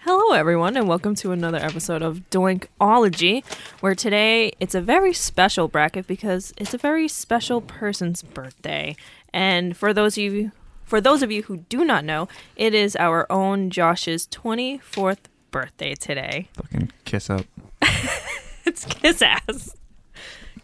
Hello, everyone, and welcome to another episode of Doinkology, where today it's a very special bracket because it's a very special person's birthday. And for those of you, for those of you who do not know, it is our own Josh's 24th birthday today. Fucking kiss up. It's kiss ass.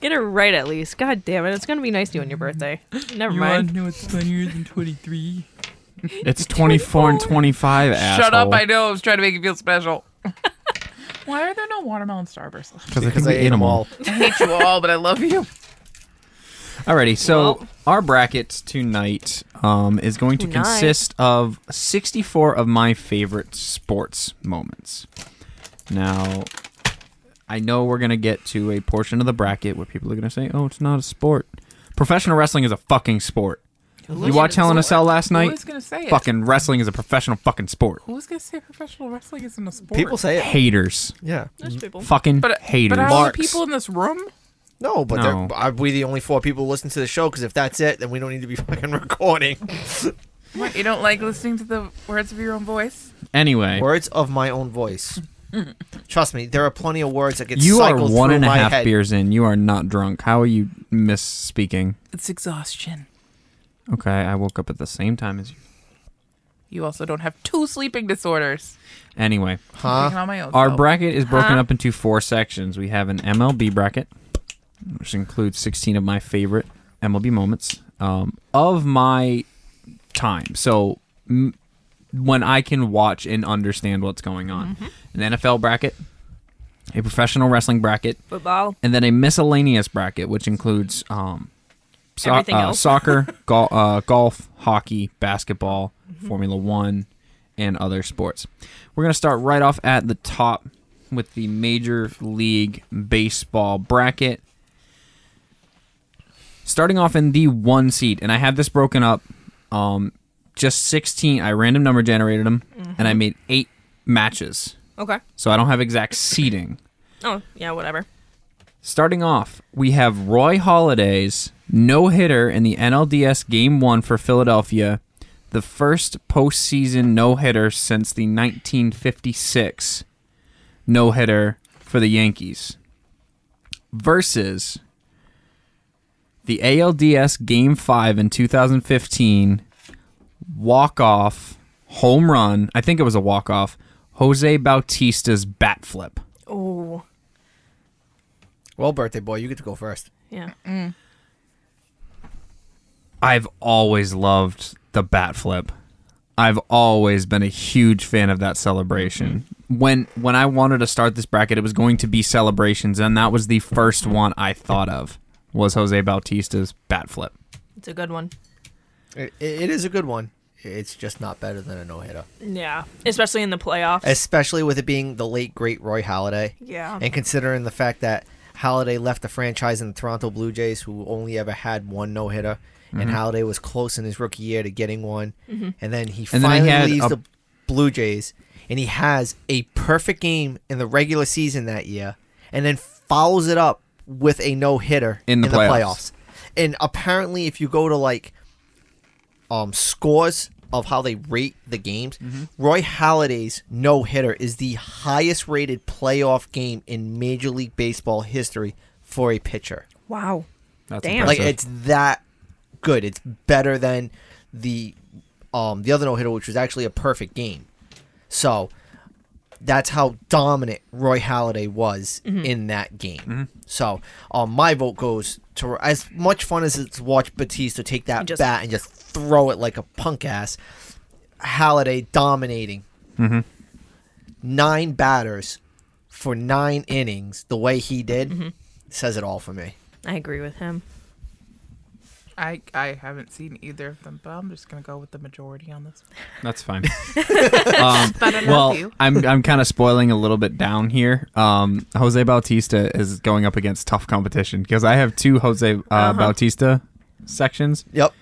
Get it right at least. God damn it. It's going to be nice to you on your birthday. Never mind. know it's funnier than 23? It's 24 and 25, asshole. Shut up! I know. I was trying to make you feel special. Why are there no watermelon starbursts left? Because I can be animal. I hate you all, but I love you. Alrighty, so Well- our bracket tonight um, is going to Tonight. consist of 64 of my favorite sports moments. Now, I know we're going to get to a portion of the bracket where people are going to say, oh, it's not a sport. Professional wrestling is a fucking sport. You watch Hell in a Cell last Who night? was gonna say it? Fucking wrestling is a professional fucking sport. Who's gonna say professional wrestling isn't a sport? People say it. Haters. Yeah. There's people. Fucking but, haters. but are all the Marks. people in this room? No, but No. they're- are we the only four people who listen to the show? Because if that's it, then we don't need to be fucking recording. What, you don't like listening to the words of your own voice? Anyway. Words of my own voice. Trust me, there are plenty of words that get You are cycled one through and a my half head. beers in. You are not drunk. How are you misspeaking? It's exhaustion. Okay, I woke up at the same time as you. You also don't have two sleeping disorders. Anyway, Huh? Taking on my own. Uh, our self. bracket is broken Huh? up into four sections. We have an MLB bracket, which includes 16 of my favorite MLB moments um, of my time. So m- when I can watch and understand what's going on, Mm-hmm. an NFL bracket, a professional wrestling bracket, Football. and then a miscellaneous bracket, which includes um, so- Everything uh, else. soccer, gol- uh, golf, hockey, basketball, Mm-hmm. Formula One, and other sports. We're going to start right off at the top with the Major League Baseball bracket. Starting off in the one seat, and I had this broken up. Um, just 16. I random number generated them, and Mm-hmm. I made eight matches. Okay. So I don't have exact seating. Oh, yeah, whatever. Starting off, we have Roy Holiday's no hitter in the NLDS Game 1 for Philadelphia, the first postseason no hitter since the 1956 no hitter for the Yankees, versus the ALDS Game 5 in 2015 walk off home run. I think it was a walk off. Jose Bautista's bat flip. Oh, Well, birthday boy, you get to go first. yeah. I've always loved the bat flip. I've always been a huge fan of that celebration. When when I wanted to start this bracket, it was going to be celebrations, and that was the first one I thought of was Jose Bautista's bat flip. It's a good one. It, it is a good one. It's just not better than a no hitter, Yeah. Especially in the playoffs. especially with it being the late great Roy Halladay. yeah. And considering the fact that Halladay left the franchise in the Toronto Blue Jays, who only ever had one no hitter, Mm-hmm. and Halladay was close in his rookie year to getting one, and then he And then he finally had leaves a- the Blue Jays, and he has a perfect game in the regular season that year, and then follows it up with a no hitter In the playoffs. And apparently, if you go to like um, scores of how they rate the games, Mm-hmm. Roy Halladay's no hitter is the highest rated playoff game in Major League Baseball history for a pitcher. Wow. That's Damn. impressive. Like it's that good. It's better than the um, the other no hitter, which was actually a perfect game. So that's how dominant Roy Halladay was in that game. So um, my vote goes to as much fun as it's to watch Batista take that Just- bat and just throw it like a punk ass. Halladay dominating nine batters for nine innings the way he did says it all for me. I agree with him. I I haven't seen either of them, but I'm just gonna go with the majority on this. That's fine. um, But I love well, you. I'm I'm kind of spoiling a little bit down here. Um, Jose Bautista is going up against tough competition because I have two Jose uh, Uh-huh. Bautista sections, Yep.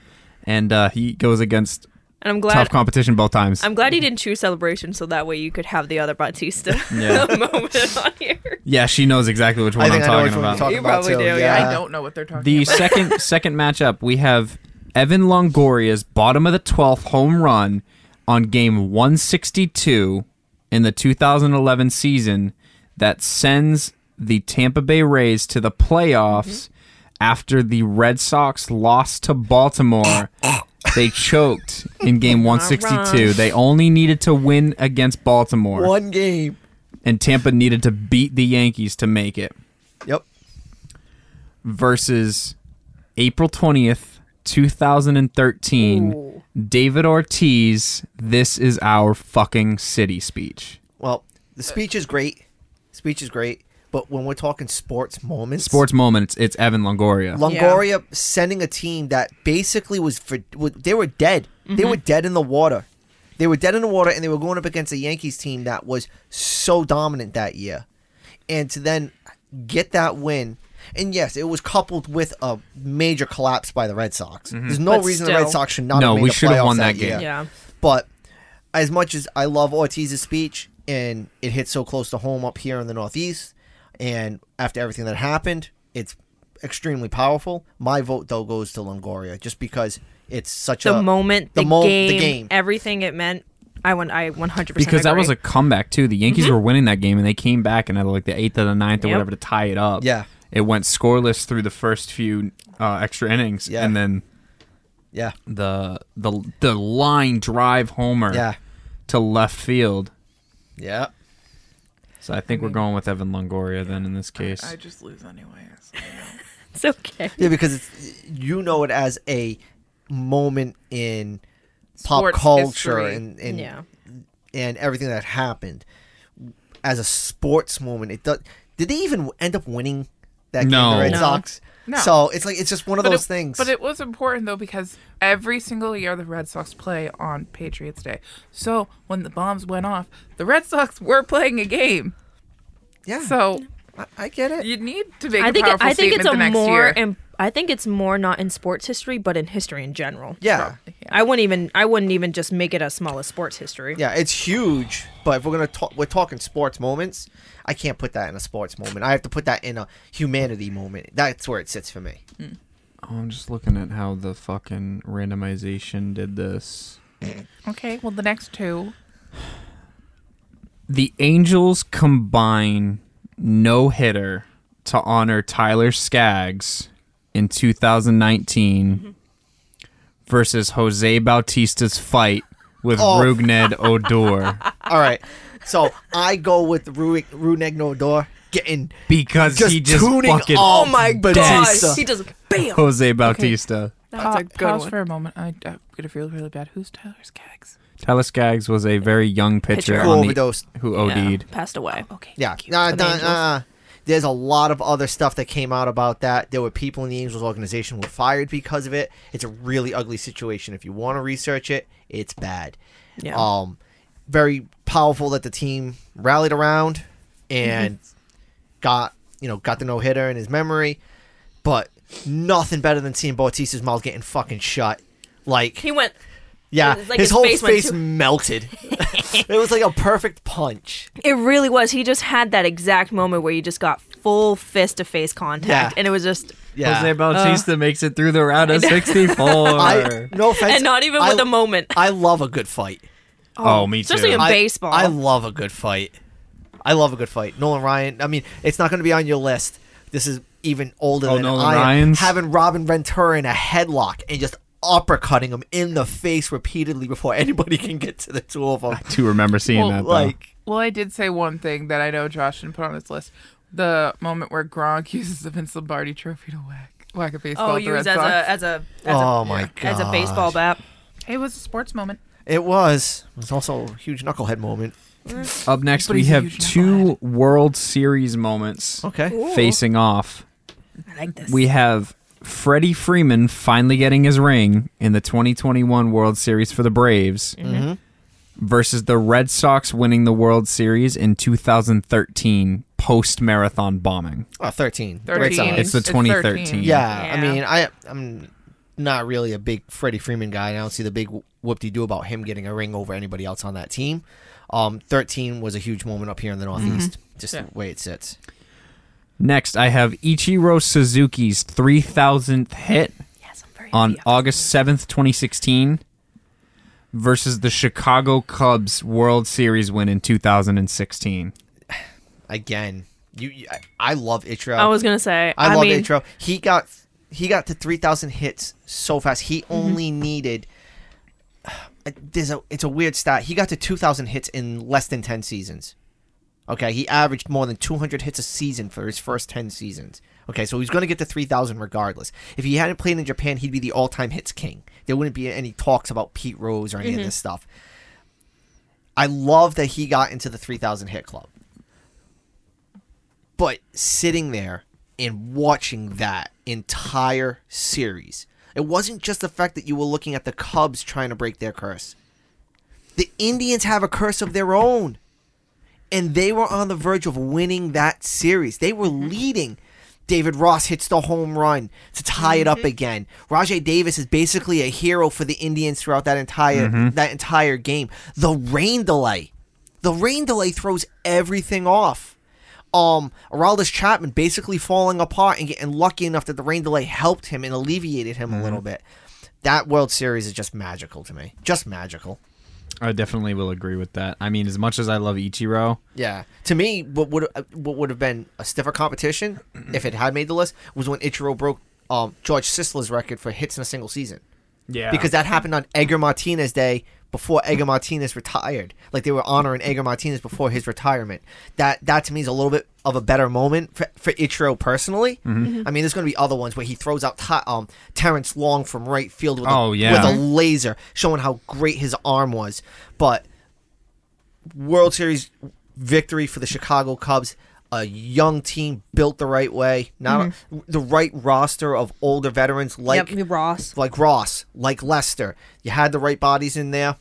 and uh, he goes against And I'm tough glad competition both times. I'm glad he didn't choose celebration so that way you could have the other Batista Yeah. moment on here. Yeah, she knows exactly which one I I'm think I know which talking one you're about. talking You about. probably too. do, yeah. yeah. I don't know what they're talking the about. second second matchup, we have Evan Longoria's bottom of the twelfth home run on game one sixty two in the 2011 season that sends the Tampa Bay Rays to the playoffs after the Red Sox lost to Baltimore. they choked in game 162. They only needed to win against Baltimore, One game. and Tampa needed to beat the Yankees to make it Yep. versus April 20th, 2013, David Ortiz, This Is Our Fucking City speech. Well, Uh, the speech is great. Speech is great. But when we're talking sports moments, Sports moments, it's Evan Longoria. Longoria sending a team that basically was for wa- they were dead. They Mm-hmm. were dead in the water. They were dead in the water, and they were going up against a Yankees team that was so dominant that year, and to then get that win. And yes, it was coupled with a major collapse by the Red Sox. There's no But reason the Red still. Sox should not. Mm-hmm. No, have made we the should have playoffs won that year. game. Yeah. But as much as I love Ortiz's speech and it hits so close to home up here in the Northeast, and after everything that happened, it's extremely powerful. My vote though goes to Longoria just because it's such The a moment, the, mo- game, the game. everything it meant. I went. I 100 percent Because that was a comeback too. The Yankees were winning that game, and they came back and at like the eighth or the ninth or Yep. whatever to tie it up. Yeah. it went scoreless through the first few uh, extra innings, Yeah. and then yeah, the the the line drive homer yeah, to left field. yeah. So I think we're going with Evan Longoria then in this case. I just lose anyway. so, you know. it's okay. Yeah, because it's you know it as a moment in pop Sports culture history. and, and yeah. and everything that happened as a sports moment. It does. Did they even end up winning that game? No. The Red No. Sox. No. So it's like it's just one of But those it- things. But it was important though because every single year the Red Sox play on Patriots Day. So when the bombs went off, the Red Sox were playing a game. yeah, So I, I get it. you need to make I think. a It, powerful I think statement it's a the next more. year. Im- I think it's more not in sports history, but in history in general. yeah, I wouldn't even. I wouldn't even just make it as small as sports history. yeah, it's huge. But if we're gonna talk, we're talking sports moments. I can't put that in a sports moment. I have to put that in a humanity moment. That's where it sits for me. Oh, I'm just looking at how the fucking randomization did this. okay, well the next two. The Angels combine no hitter to honor Tyler Skaggs in 2019 Mm-hmm. versus Jose Bautista's fight with Oh. Rugned Odor All right, so I go with Ru Runegno Door getting because just, he just tuning. fucking oh my God, god! he just bam. Jose Bautista. That's Pa- a good uh, pause one. for a moment. I, I'm gonna feel really bad. Who's Tyler Skaggs? Tyler Skaggs was a very young pitcher Pitcher. Who on the- overdosed? who Yeah, OD'd. passed away. Okay. Yeah. Thank you. Nah, Of nah, Angels. uh, there's a lot of other stuff that came out about that. There were people in the Angels organization who were fired because of it. It's a really ugly situation. If you want to research it, it's bad. Yeah. Um, very powerful that the team rallied around and Mhm. got you know got the no hitter in his memory, but nothing better than seeing Bautista's mouth getting fucking shut. Like He went. yeah, it was like his, his whole face went face too- melted. it was like a perfect punch. It really was. He just had that exact moment where you just got full fist to face contact, Yeah. and it was just, Yeah. Jose Bautista makes it through the round of 64. I, no offense. and not even I- with a moment. I love a good fight. oh, me too. especially in I, baseball. Oh, I love a good fight. I love a good fight. Nolan Ryan. I mean, it's not going to be on your list. This is even older Oh, than Nolan I am. Ryan's? Having Robin Ventura in a headlock and just uppercutting him in the face repeatedly before anybody can get to the two of them. do remember seeing Well, that though. Like, Well, I did say one thing that I know Josh didn't put on his list: the moment where Gronk uses the Vince Lombardi Trophy to whack whack a baseball. oh, at the used Red as Sox. a as a as oh a, my god, as a baseball bat. It was a sports moment. It was. It was also a huge knucklehead moment. Up next, But we he's a have huge two World Series moments Okay. facing off. I like this. We have Freddie Freeman finally getting his ring in the 2021 World Series for the Braves versus the Red Sox winning the World Series in 2013 post marathon bombing. Oh, 13. Red 13. Sox. It's the It's 2013. 13. Yeah, I Yeah. mean, I I'm not really a big Freddie Freeman guy. and I don't see the big whoop de do about him getting a ring over anybody else on that team. Um, 13 was a huge moment up here in the Northeast, just Yeah. the way it sits. Next, I have Ichiro Suzuki's 3,000th hit yes, I'm very on happy. August 7th, 2016 versus the Chicago Cubs World Series win in 2016. Again, you, you I, I love Ichiro. I was gonna say. I, I, love mean, intro. He got he got to three thousand hits so fast. He Mm-hmm. only needed uh, there's a it's a weird stat. He got to two thousand hits in less than ten seasons. Okay, he averaged more than two hundred hits a season for his first ten seasons. Okay, so he's going to get to three thousand regardless. If he hadn't played in Japan, he'd be the all-time hits king. There wouldn't be any talks about Pete Rose or any Mm-hmm. of this stuff. I love that he got into the three thousand hit club but sitting there and watching that entire series, it wasn't just the fact that you were looking at the Cubs trying to break their curse. The Indians have a curse of their own. And they were on the verge of winning that series. They were leading. David Ross hits the home run to tie it up again. Rajay Davis is basically a hero for the Indians throughout that entire that entire game. The rain delay. The rain delay throws everything off um Araldis Chapman basically falling apart and getting lucky enough that the rain delay helped him and alleviated him a little bit. That World Series is just magical to me. Just magical. I definitely will agree with that. I mean, as much as I love Ichiro, Yeah. To me, what would uh, what would have been a stiffer competition if it had made the list was when Ichiro broke um, George Sisler's record for hits in a single season. yeah, Because that happened on Edgar Martinez Day before Edgar Martinez retired. Like they were honoring Edgar Martinez before his retirement. That that to me is a little bit of a better moment for, for Ichiro personally. Mm-hmm. I mean, there's going to be other ones where he throws out Ty- um, Terrence Long from right field with, Oh, a, yeah. with a laser, showing how great his arm was. But World Series victory for the Chicago Cubs. A young team built the right way, not a- the right roster of older veterans like yep, Ross. like Ross, like Lester. You had the right bodies in there.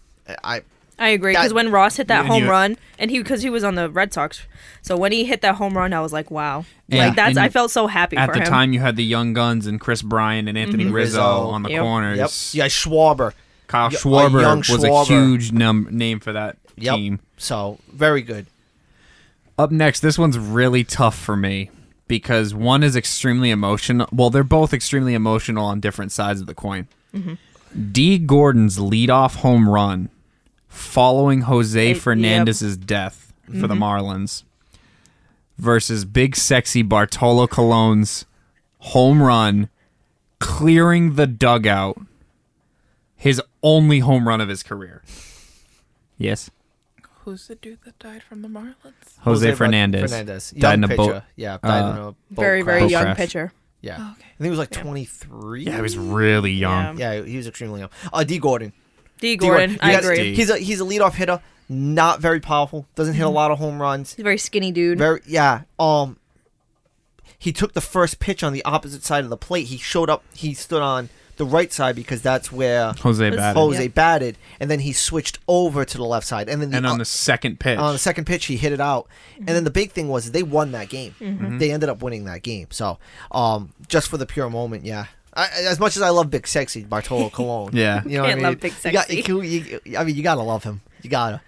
I I agree because That- when Ross hit that And home you- run, and he because he was on the Red Sox, so when he hit that home run, I was like, wow, Yeah, like that's and I felt so happy at for the him. time you had the Young Guns and Chris Bryan and Anthony Rizzo, Rizzo. on the Yep. yep. corners. Yeah, Schwarber. Kyle Y- a Schwarber young was a Schwarber. huge num- name for that Yep. team. So very good. Up next, this one's really tough for me because one is extremely emotional. Well, they're both extremely emotional on different sides of the coin. D. Gordon's leadoff home run following Jose It- Fernandez's death for the Marlins versus big sexy Bartolo Colon's home run clearing the dugout. His only home run of his career. Yes. Who's the dude that died from the Marlins? Jose, Fer- Fernandez. Fernandez. Died in a pitcher. boat. Yeah, died in uh, a boat Very, very crash. Boat young crash. pitcher. Yeah, Oh, I okay. think he was like 23. Yeah, he was really young. Yeah. Yeah, he was extremely young. Uh, D Gordon. D. D. Gordon, I You got- agree. He's a he's a leadoff hitter. Not very powerful. Doesn't hit a lot of home runs. He's a very skinny dude. Very yeah. Um he took the first pitch on the opposite side of the plate. He showed up he stood on the right side because that's where Jose Let's batted. Jose batted and then he switched over to the left side and then the, and on the second pitch. on the second pitch he hit it out and then the big thing was they won that game Mm-hmm. Mm-hmm. they ended up winning that game so um just for the pure moment yeah I, I- as much as I love Big Sexy Bartolo Colon Yeah. you know what I Can't mean love Big You got- Sexy. you- you- you- I mean you gotta love him you gotta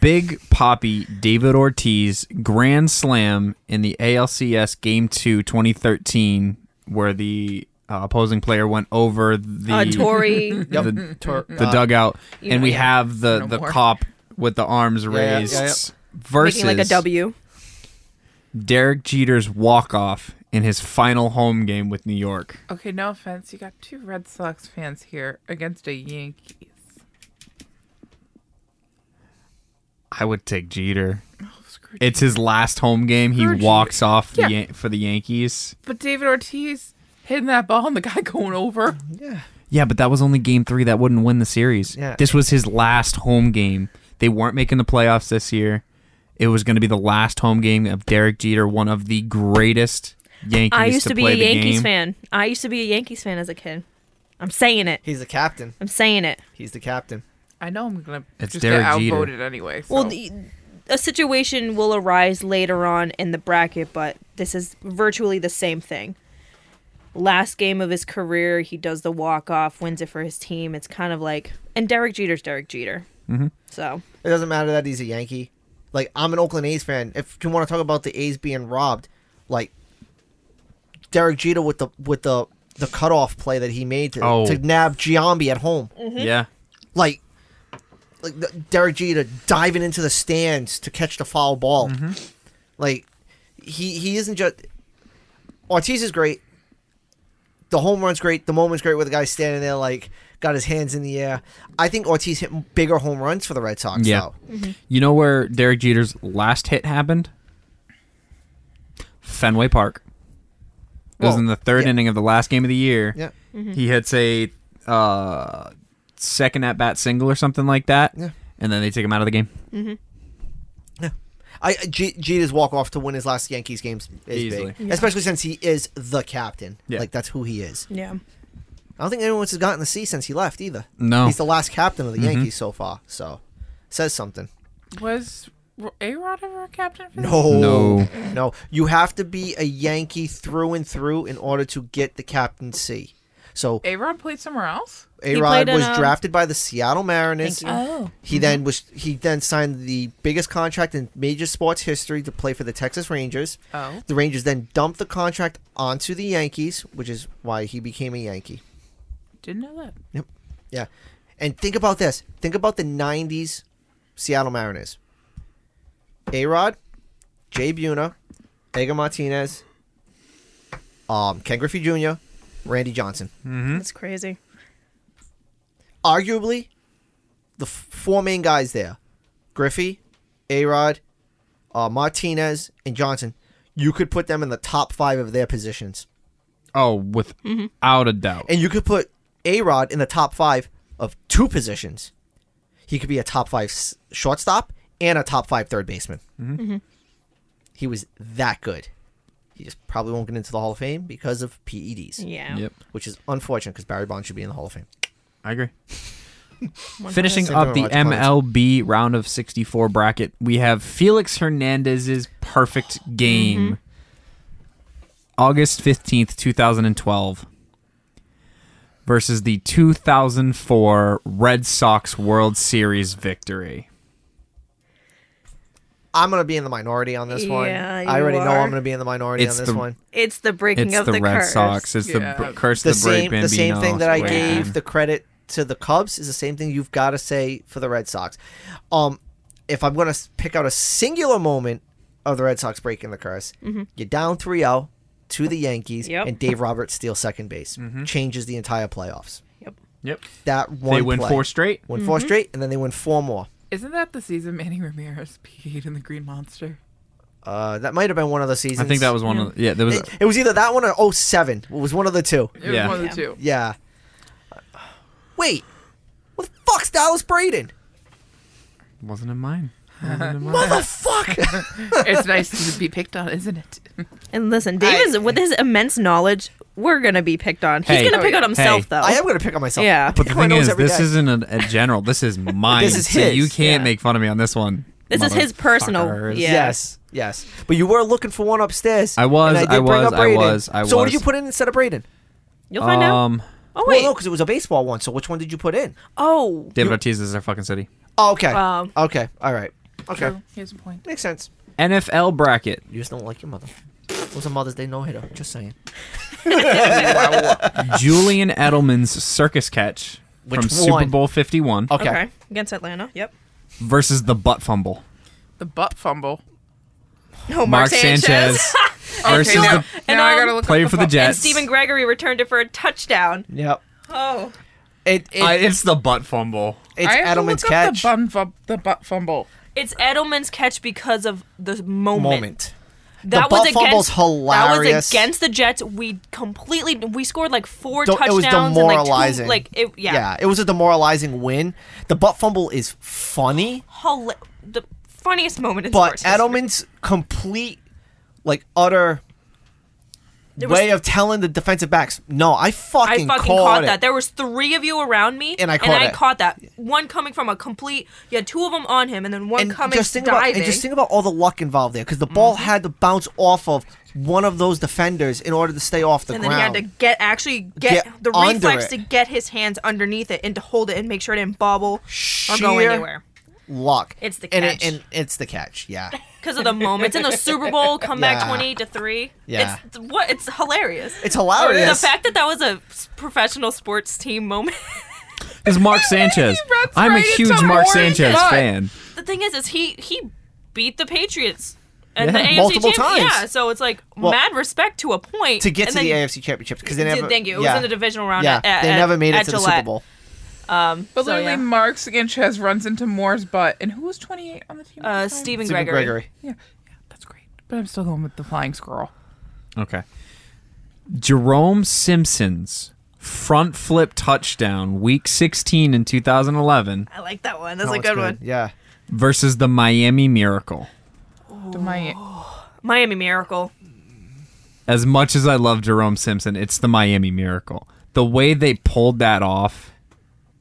Big Poppy David Ortiz grand slam in the ALCS Game 2 2013 where the uh, opposing player went over the uh, Tori, yep. the, Tur- the uh, dugout and we yeah. have the No the more. cop with the arms yeah, raised yeah, yeah. versus making like a W. Derek Jeter's walk off in his final home game with New York. Okay, no offense. You got two Red Sox fans here against a Yankees. I would take Jeter. Oh, screw It's his last home game. He Screw Jeter. walks off the Yeah. Yan- for the Yankees. But David Ortiz hitting that ball and the guy going over. Yeah, but that was only game three. That wouldn't win the series. Yeah. This was his last home game. They weren't making the playoffs this year. It was going to be the last home game of Derek Jeter, one of the greatest Yankees. I used to, be play a the Yankees game. fan. I used to be a Yankees fan as a kid. I'm saying it. he's the captain I'm saying it. he's the captain I know I'm gonna It's just Derek get Jeter. outvoted anyway. So. Well, the, a situation will arise later on in the bracket, but this is virtually the same thing. Last game of his career, he does the walk off, wins it for his team. It's kind of like, and Derek Jeter's Derek Jeter. Mm-hmm. So it doesn't matter that he's a Yankee like I'm an Oakland A's fan if you want to talk about the A's being robbed like Derek Jeter with the with the the cutoff play that he made to, Oh. to nab Giambi at home. Mm-hmm. Yeah. Like, like the- Derek Jeter diving into the stands to catch the foul ball. Mm-hmm. Like, he he isn't just Ortiz is great. The home run's great. The moment's great with the guy standing there like got his hands in the air. I think Ortiz hit bigger home runs for the Red Sox. Yeah. though. Mm-hmm. You know where Derek Jeter's last hit happened? Fenway Park. It was Well, in the third yeah. inning of the last game of the year. Yeah. He hits a uh, second at bat single or something like that. Yeah. And then they take him out of the game. I J- Jeter's walk off to win his last Yankees games is Easily. big, especially since he is the captain. Yeah. Like that's who he is. Yeah. I don't think anyone's has gotten to see since he left either. No. Mm-hmm. He's the last captain of the Yankees so far, so says something. Was A Rod ever a captain for them? No, No. no. You have to be a Yankee through and through in order to get the captaincy. So A Rod played somewhere else? A played Rod in, was um, drafted by the Seattle Mariners. Thank you. Oh. He then was he then signed the biggest contract in major sports history to play for the Texas Rangers. Oh. The Rangers then dumped the contract onto the Yankees, which is why he became a Yankee. Didn't know that. Yeah. And think about this. Think about the 90s Seattle Mariners. A-Rod, Jay Buna, Edgar Martinez, um, Ken Griffey Jr., Randy Johnson. That's crazy. Arguably, the f- four main guys there, Griffey, A-Rod, uh, Martinez, and Johnson, you could put them in the top five of their positions. Oh, without a doubt. And you could put A Rod in the top five of two positions. He could be a top five s- shortstop and a top five third baseman. He was that good. He just probably won't get into the Hall of Fame because of PEDs, Yeah. Yep. which is unfortunate because Barry Bonds should be in the Hall of Fame. I agree. Finishing Same up thing the with Roger Clemens. MLB round of 64 bracket, we have Felix Hernandez's perfect game. August 15th, 2012 versus the 2004 Red Sox World Series victory. I'm going to be in the minority on this one. Yeah, I you already know are. I'm going to be in the minority It's on this the- one. It's the breaking It's of the, the, Red curse. Sox. It's Yeah. the br- curse The, of the same, brave the same Bambino. thing that I Brave gave Bambino. the credit to the Cubs is the same thing you've got to say for the Red Sox. Um, if I'm going to pick out a singular moment of the Red Sox breaking the curse, you're down 3 0 to the Yankees, Mm-hmm. Yep. and Dave Roberts steals second base. Changes the entire playoffs. Yep. Yep. That one Mm-hmm. They win play. four straight. Win four Mm-hmm. straight, and then they win four more. Isn't that the season Manny Ramirez peed in the Green Monster? Uh, that might have been one of the seasons. I think that was one of the, yeah, there was It, it was either that one or 07. It was one of the two. It was Yeah. one of the Yeah. two. Yeah. Wait. What the fuck's Dallas Braden? wasn't in mine. Wasn't in mine. Motherfucker! it's nice to be picked on, isn't it? And listen, Davis, with his immense knowledge, we're gonna be picked on. He's Hey. gonna pick on himself, Hey. though. I am gonna pick on myself. Yeah. I But pick the on my thing nose is, every this day. isn't a, a general. This is mine. This is so his, You can't yeah. make fun of me on this one. This is his personal- motherfuckers. yeah. Yes, yes. But you were looking for one upstairs. I was, and I did bring was, up I Braden. was, I So what was. did you put in instead of Braden? You'll find out. um, Oh Well, wait. no, because it was a baseball one. So which one did you put in? oh. David Ortiz is our fucking city. Oh, okay. Wow. okay. All right. Okay. Um, True. Here's a point. Makes sense. NFL bracket. You just don't like your mother. It was a Mother's Day no hitter. Just saying. Julian Edelman's circus catch Which from Super one? Bowl 51 Okay. Okay. Against Atlanta. Yep. versus the butt fumble. The butt fumble. No, Mark, Sanchez. versus now- the And, now I um, gotta look player up for the fu- and Jets. Stephen Gregory returned it for a touchdown. Yep. Oh. It, it, I- it's the butt fumble. it's I have to Edelman's look catch Up the, bun fu- the butt fumble. It's Edelman's catch because of the moment. moment. That The was butt fumble's against that was hilarious. against the Jets. We completely we scored like 4 Don't- it touchdowns was demoralizing. and like two, like it yeah. yeah, it was a demoralizing win. The butt fumble is funny. Hol- the funniest moment in but sports. history. Edelman's complete, like utter was- way of telling the defensive backs, no, I I fucking, fucking caught, caught, it. that. There was three of you around me, And I caught it. caught that. One coming from a complete. You had two of them on him, and then one and coming just think diving. Mm-hmm. about and just think about all the luck involved there because the ball had to bounce off of one of those defenders in order to stay off the and then ground. he had to get actually get, Get the under reflex it. to get his hands underneath it and to hold it and make sure it didn't bobble or go Sheer anywhere. luck. It's the And, catch. it, and it's the catch. Yeah. because of the moments in the Super Bowl comeback Yeah. twenty to three. Yeah. it's, what it's hilarious. It's The hilarious. fact that that was a s- professional sports team moment. It's Mark Sanchez. runs I'm a right huge into Mark Warren's Sanchez butt. fan. the thing is, is he he beat the Patriots. And Yeah. the AFC Multiple champ- times. Yeah, so it's like Well, mad respect to a point to get and to the then- AFC Championship because they Did- never. Thank you. It yeah. was in the divisional round. Yeah, at- at- they at- never made it at to the Gillette. Super Bowl. Um, But so, literally, yeah. Mark Sanchez runs into Moore's butt, and who was 28 on the team? at uh, the time? Stephen Stephen Gregory. Gregory. Yeah, yeah, that's great. But I'm still going with the flying squirrel. Okay. Jerome Simpson's front flip touchdown, week 16 in 2011, I like that one. That's No, a it's good one. Yeah. versus the Miami Miracle. The Mi- Miami Miracle. As much as I love Jerome Simpson, it's the Miami Miracle. The way they pulled that off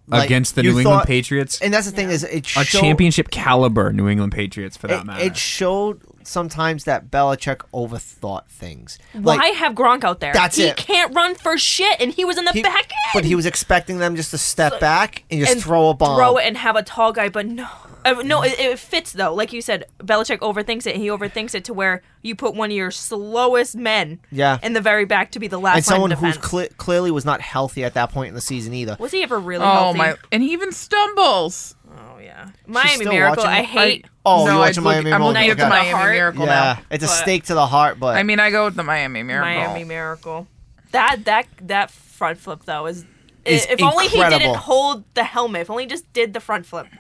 Like, against the you New England thought- Patriots, And that's the thing is it a showed, championship caliber New England Patriots for that It, matter. it showed sometimes that Belichick overthought things. Why have Gronk out there? That's he it. can't run for shit, and he was in the he, back end. but he was expecting them just to step back and just and throw a bomb. Throw it and have a tall guy, but no. Uh, no, it, it fits though. Like you said, Belichick overthinks it. He overthinks it to where you put one of your slowest men Yeah. in the very back to be the last and someone line of who defense. cle clearly was not healthy at that point in the season either. was he ever really oh healthy? my! And he even stumbles. Oh yeah, Miami still Miracle. watching I it? hate. no, Oh, you're I'd watching look- Miami I'm Miracle. looking at the Okay. My Miami heart. Miracle yeah, now. it's a but- stake to the heart, but I mean, I go with the Miami Miracle. Miami Miracle. That that that front flip though is. Is if only he didn't incredible. hold the helmet. If only he just did the front flip. it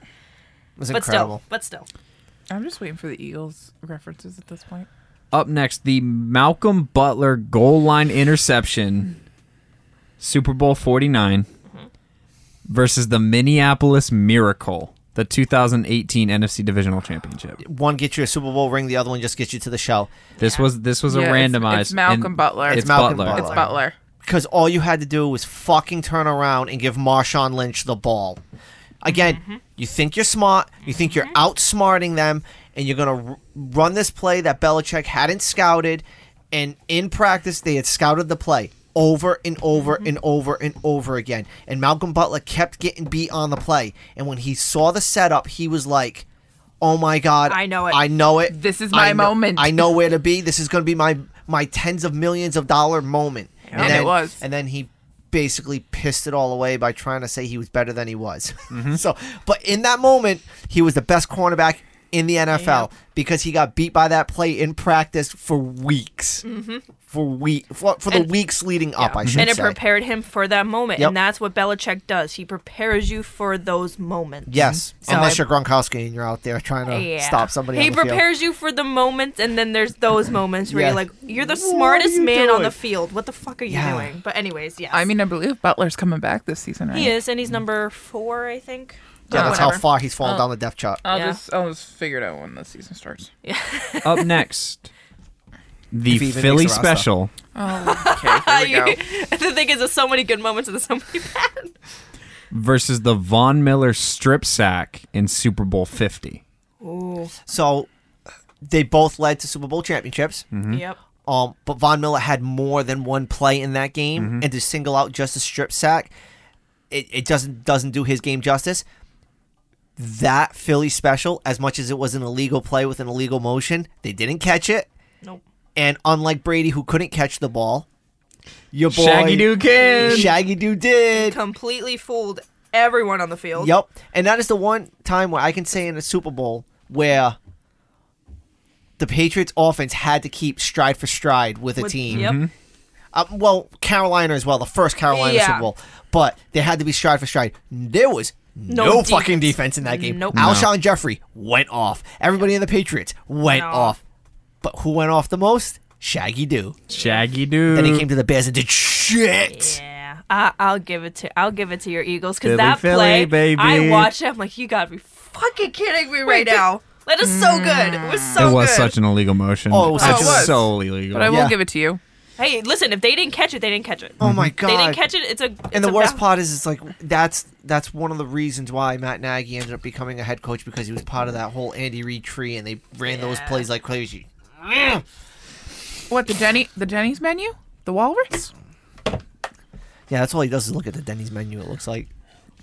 was But incredible. still, but still, I'm just waiting for the Eagles references at this point. Up next, the Malcolm Butler goal line interception, Super Bowl 49, versus the Minneapolis Miracle, the 2018 NFC Divisional Championship. One gets you a Super Bowl ring, the other one just gets you to the show. This was this was Yeah, a it's- it's randomized. Malcolm and Butler. It's, It's Malcolm Butler. Butler. It's Butler. Because all you had to do was fucking turn around and give Marshawn Lynch the ball. Again, Mm-hmm. you think you're smart, you think you're outsmarting them, and you're going to r- run this play that Belichick hadn't scouted. And in practice, they had scouted the play over and over Mm-hmm. and over and over again. And Malcolm Butler kept getting beat on the play. And when he saw the setup, he was like, oh my God. I know it. I know it. This is my I kno- moment." I know where to be. This is going to be my my tens of millions of dollar moment. And it was. And then he basically pissed it all away by trying to say he was better than he was. Mm-hmm. so, but in that moment, he was the best cornerback in the NFL because he got beat by that play in practice for weeks. For week for, for the Mm-hmm. And- weeks leading up, I should and it say. prepared him for that moment, Yep. and that's what Belichick does. He prepares you for those moments. yes, So unless I- you're Gronkowski and you're out there trying to Yeah. stop somebody. He on the field. prepares you for the moments, and then there's those moments where Yeah. you're like, "You're the What are smartest you man on the doing? field. What the fuck are you Yeah. doing?" But anyways, yes, I mean, I believe Butler's coming back this season, right? he is, and he's number four, I think. Or Yeah, that's how whatever. Oh. far he's fallen down the depth chart. I'll Yeah. just I'll just figure it out when the season starts. Up next, the If he even Philly makes the roster. Special, Oh, Okay, here we go. the thing is, there's so many good moments and there's so many bad. versus the Von Miller strip sack in Super Bowl 50. So they both led to Super Bowl championships. Yep. Um, but Von Miller had more than one play in that game, and to single out just a strip sack, it, it doesn't doesn't do his game justice. That Philly special, as much as it was an illegal play with an illegal motion, they didn't catch it. Nope. And unlike Brady, who couldn't catch the ball, your boy Shaggy Doo can. Shaggy Doo did. Completely fooled everyone on the field. Yep. And that is the one time where I can say in a Super Bowl where the Patriots offense had to keep stride for stride with a With- team. Yep. Uh, well, Carolina as well, the first Carolina Yeah. Super Bowl. But they had to be stride for stride. There was no, No fucking defense. defense in that game. Nope. No. Alshon Jeffrey went off. Everybody in the Patriots went No. off. But who went off the most? Shaggy Doo. Shaggy Doo. Then he came to the Bears and did shit. Yeah, I, I'll give it to I'll give it to your Eagles Philly, because that Philly, play baby. I watched it. I'm like, you gotta be fucking kidding me right now. That is so good. It Mm. was so it was good. such an illegal motion. Oh, it was It's such a- so illegal. Oh, But I will Yeah. give it to you. hey, listen, if they didn't catch it, they didn't catch it. Oh my god. They didn't catch it. It's a it's and the a worst val- part is, it's like that's that's one of the reasons why Matt Nagy ended up becoming a head coach because he was part of that whole Andy Reid tree, and they ran those Yeah. plays like crazy. What the Denny the Denny's menu? The Walrus? Yeah, that's all he does is look at the Denny's menu. It looks like.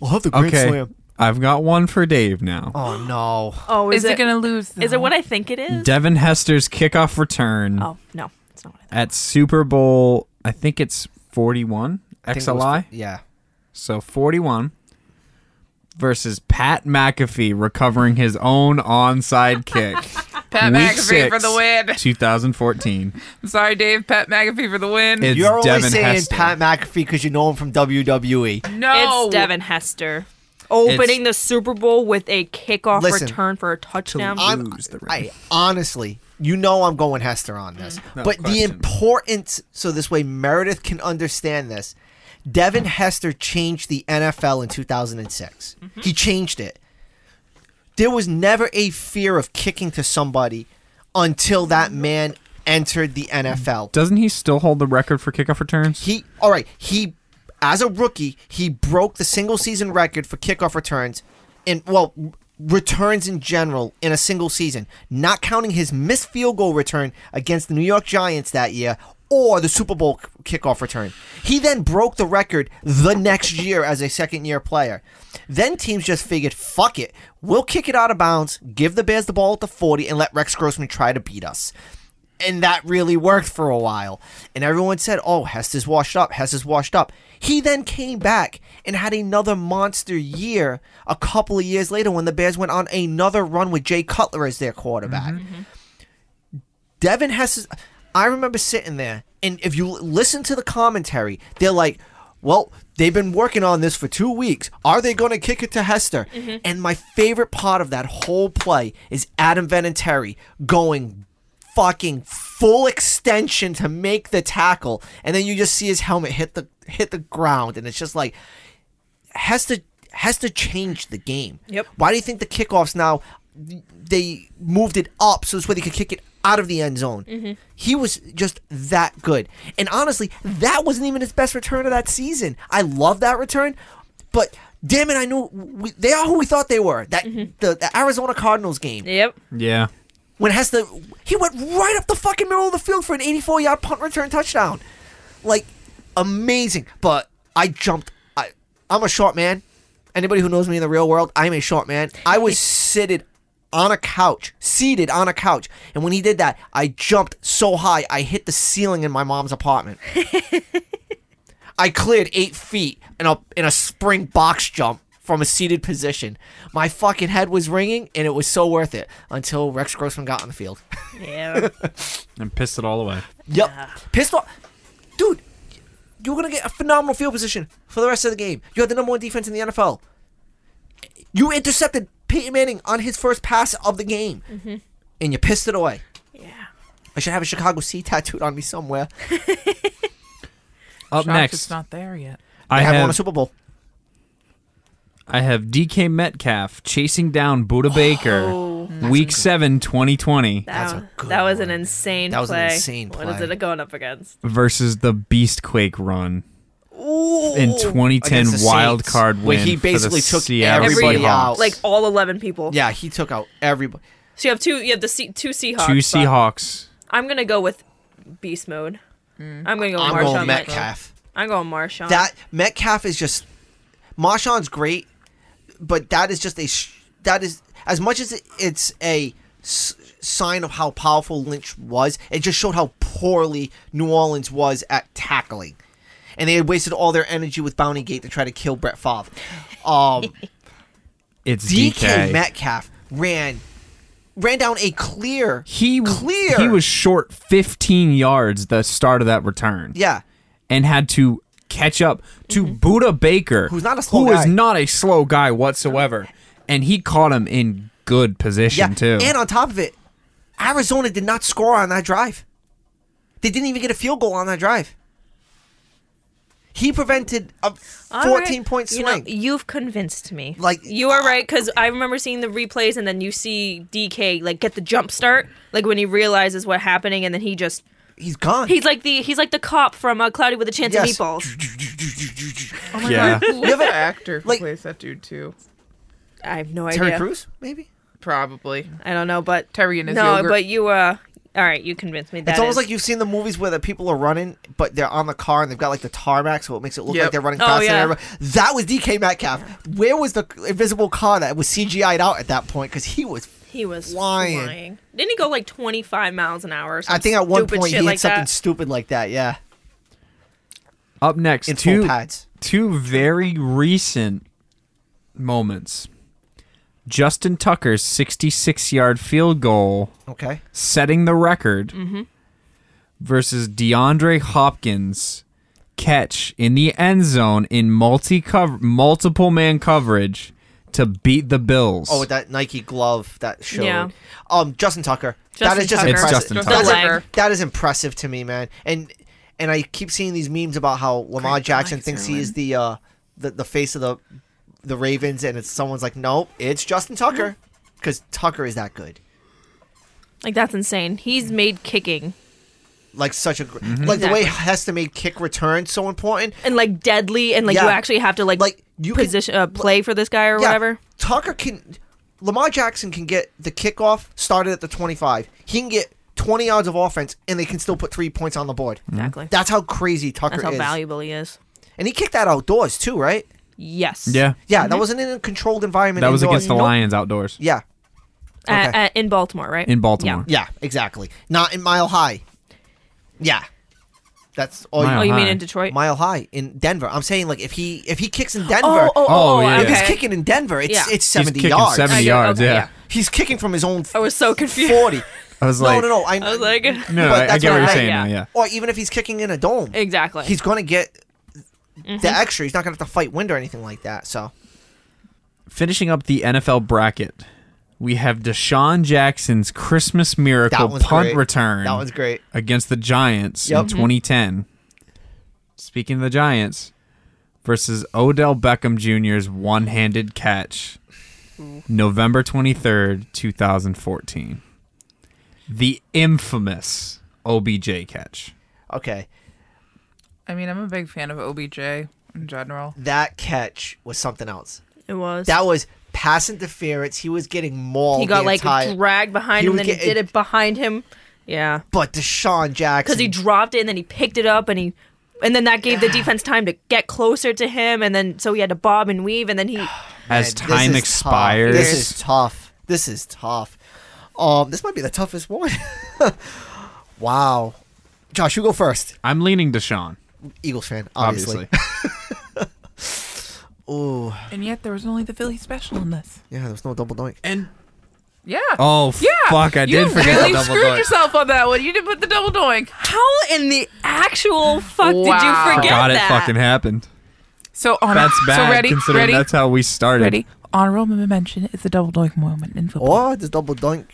We'll have the grand Okay. slam. I've got one for Dave now. Oh no. Oh, Is, it, going to lose? Is it though? what I think it is? Devin Hester's kickoff return oh no, it's not what I think. at Super Bowl, I think it's 41, I think it was- XLI. Yeah. So 41 versus Pat McAfee recovering his own onside kick. Pat Week McAfee for six, the win. 2014. I'm sorry, Dave. Pat McAfee for the win. It's You're only Devin saying Hester. Pat McAfee because you know him from E. WWE. no, Oh. It's Devin Hester opening the Super Bowl with a kickoff Listen, return for a touchdown. I'm- Lose the I honestly, you know, I'm going Hester on this, but the Mm-hmm. question. importance. So this way, Meredith can understand this. Devin Hester changed the NFL in 2006. Mm-hmm. He changed it. There was never a fear of kicking to somebody until that man entered the NFL. Doesn't he still hold the record for kickoff returns? He all right. He as a rookie, he broke the single season record for kickoff returns, and well, r- returns in general in a single season, not counting his missed field goal return against the New York Giants that year or the Super Bowl k- kickoff return. He then broke the record the next year as a second year player. Then teams just figured, fuck it, we'll kick it out of bounds, give the Bears the ball at the 40, and let Rex Grossman try to beat us and that really worked for a while. And everyone said, "Oh, Hester's washed up. Hester's washed up." He then came back and had another monster year a couple of years later when the Bears went on another run with Jay Cutler as their quarterback. Devin Hester, I remember sitting there, and if you l- listen to the commentary, they're like, well, they've been working on this for two weeks. Are they going to kick it to Hester? And my favorite part of that whole play is Adam Vinatieri going fucking full extension to make the tackle, and then you just see his helmet hit the hit the ground, and it's just like Hester Hester changed the game. Yep. Why do you think the kickoffs now they moved it up so this way they could kick it out of the end zone? He was just that good, and honestly, that wasn't even his best return of that season. I love that return, but damn it, I knew we, they are who we thought they were. That the, the Arizona Cardinals game yep. Yeah. when Hester he went right up the fucking middle of the field for an 84 yard punt return touchdown. Like amazing, but I jumped I I'm a short man. Anybody who knows me in the real world, I'm a short man. I was seated on a couch, seated on a couch, and when he did that, I jumped so high I hit the ceiling in my mom's apartment. I cleared eight feet in a in a spring box jump from a seated position. My fucking head was ringing, and it was so worth it until Rex Grossman got on the field. Yeah. And pissed it all away. yep, pissed off, dude. You're gonna get a phenomenal field position for the rest of the game. You had the number one defense in the NFL. You intercepted Peyton Manning on his first pass of the game, and you pissed it away. yeah. I should have a Chicago C tattooed on me somewhere. Up Shocked next, It's not there yet. I I have won have a Super Bowl. I have DK Metcalf chasing down Buda Baker, Week 7, 2020, That, That's a was- good that was an one. insane That was an play. insane What is play. it going up against? versus the Beastquake run Ooh, in 2010 Against the wild Saints, card win. where he for the basically took Seattle everybody Seahawks. out. Like all 11 people. Yeah, he took out everybody. So you have two you have the Se- two Seahawks. uh, Two but Seahawks. I'm going to go with beast mode. I'm going to go Mm. I'm Marshawn going Lynch. Metcalf. I'm going Marshawn. That Metcalf is just Marshawn's great, but that is just a sh- that is as much as it, it's a s- sign of how powerful Lynch was. It just showed how poorly New Orleans was at tackling, and they had wasted all their energy with Bounty Gate to try to kill Brett Favre. Um, It's DK, DK. Metcalf ran ran down a clear he clear. He was short 15 yards the start of that return. yeah. Mm-hmm. and had to catch up to Buddha Baker, Who's not a slow who is guy. not a slow guy whatsoever, and he caught him in good position too. And on top of it, Arizona did not score on that drive. They didn't even get a field goal on that drive. He prevented a All 14 right. point You swing. You have convinced me. Like- uh, you are right because I remember seeing the replays and then you see DK like get the jump start, like when he realizes what's happening and then he just he's gone. he's like the he's like the cop from uh, Cloudy with a Chance Yes. of Meatballs. Oh my Yeah. god, who's the actor who like- plays that dude too? I have no Terry idea. Crews, maybe? Probably I don't know, but Terry and his no, yogurt. but you uh All right, you convinced me. That it's almost is- like you've seen the movies where the people are running, but they're on the car and they've got like the tarmac, so it makes it look like Yep. they're running Oh, faster yeah. than everyone. That was DK Metcalf. Where was the invisible car that was CGI'd out at that point? Because he was. he was flying. flying. Didn't he go like 25 miles an hour? Or some I think at one stupid point he shit did like something that? stupid like that. Yeah, Up next, in two full pads. two very recent moments. Justin Tucker's 66 yard field goal Okay. setting the record versus DeAndre Hopkins catch in the end zone in multi cover multiple man coverage to beat the Bills. Oh, with that Nike glove that showed. Yeah. Um, Justin Tucker. that Justin is just Tucker. It's impressive. Justin That's Tucker. The leg. imp- that is impressive to me, man. And and I keep seeing these memes about how Lamar Great Jackson eye, thinks he Carolyn. is the uh the, the face of the the Ravens, and it's someone's like, nope, it's Justin Tucker, Mm-hmm. because Tucker is that good. Like that's insane. He's made kicking Like such a gr Mm-hmm. like the way Hester made kick return so important. and like deadly, and like you Yeah. actually have to like Like, you can- position uh, play for this guy or Yeah, whatever. Mm-hmm. Tucker can. Lamar Jackson can get the kickoff started at the 25. He can get 20 yards of offense, and they can still put three points on the board. Exactly. That's how crazy Tucker That's how is. valuable he is. And he kicked that outdoors too, right? Yes. yeah. Yeah, Mm-hmm. that wasn't in a controlled environment. That was indoors. against the Lions outdoors Yeah, A- Okay. a- in Baltimore, right? in Baltimore. yeah, exactly. Not in Mile High. Yeah, that's all. Oh, Mile you, you mean High. in Detroit? Mile High in Denver. I'm saying like if he if he kicks in Denver, oh, oh, oh, Oh, oh, yeah. if he's okay. kicking in Denver, it's Yeah. it's 70 He's kicking yards. 70 Okay, yards, okay, yeah. yeah. He's kicking from his own. I was so confused. 40. I was no, like, no, no. I, I was like, no, but I, I that's get what what you're I- saying yeah. now, yeah. Or even if he's kicking in a dome, exactly. Mm-hmm. he's gonna get the extra. He's not gonna have to fight wind or anything like that. So Finishing up the NFL bracket, we have Deshaun Jackson's Christmas miracle That one's punt great. return that one's great. against the Giants in Yep. Mhm. 2010. Speaking of the Giants, versus Odell Beckham Jr.'s one-handed catch, November 23rd, 2014. The infamous OBJ catch. Okay. I mean, I'm a big fan of OBJ in general. that catch was something else. it was. That was pass interference. He was getting mauled. he got the like entire- dragged behind He him, was then he getting- did it behind him. Yeah, but Deshaun Jackson. because he dropped it, and then he picked it up, and he, and then that gave the defense time to get closer to him, and then so he had to bob and weave, and then he. As Man, this time is tough. expires, This is tough. This is tough. Um, this might be the toughest one. wow, Josh, you go first. I'm leaning Deshaun, Eagles fan, obviously. obviously. Ooh, And yet, there was only the Philly special in this. yeah, there was no double doink. and Yeah. oh Yeah. fuck, I you did forget really the double screwed doink. yourself on that one. You didn't put the double doink. How in the actual fuck Wow. did you forget Forgot it that? fucking happened. So on. That's bad So ready? considering Ready? that's how we started. ready? Honorable mention is the double doink moment in football. Or does double doink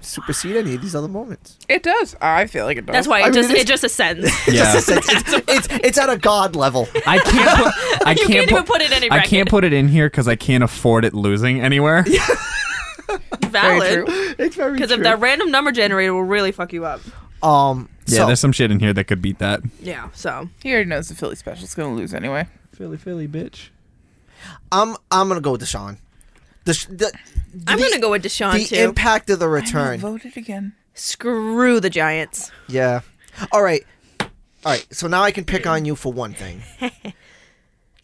supersede any of these other moments? It does. I feel like it does. That's why it I mean, just it is- it just ascends. Yeah. It's, it's, it's, it's at a god level. I can't put I you can't, can't put, even put it in a I bracket. can't put it in here because I can't afford it losing anywhere. valid It's very because if true. that random number generator will really fuck you up. um, Yeah, so- there's some shit in here that could beat that. Yeah. So He already knows the Philly special's gonna lose anyway. Philly, Philly, bitch. I'm I'm gonna go with Deshaun. Desh- the, I'm the- gonna go with the Deshaun too. impact of the I return. voted again. Screw the Giants. Yeah. All right. All right. So now I can pick on you for one thing.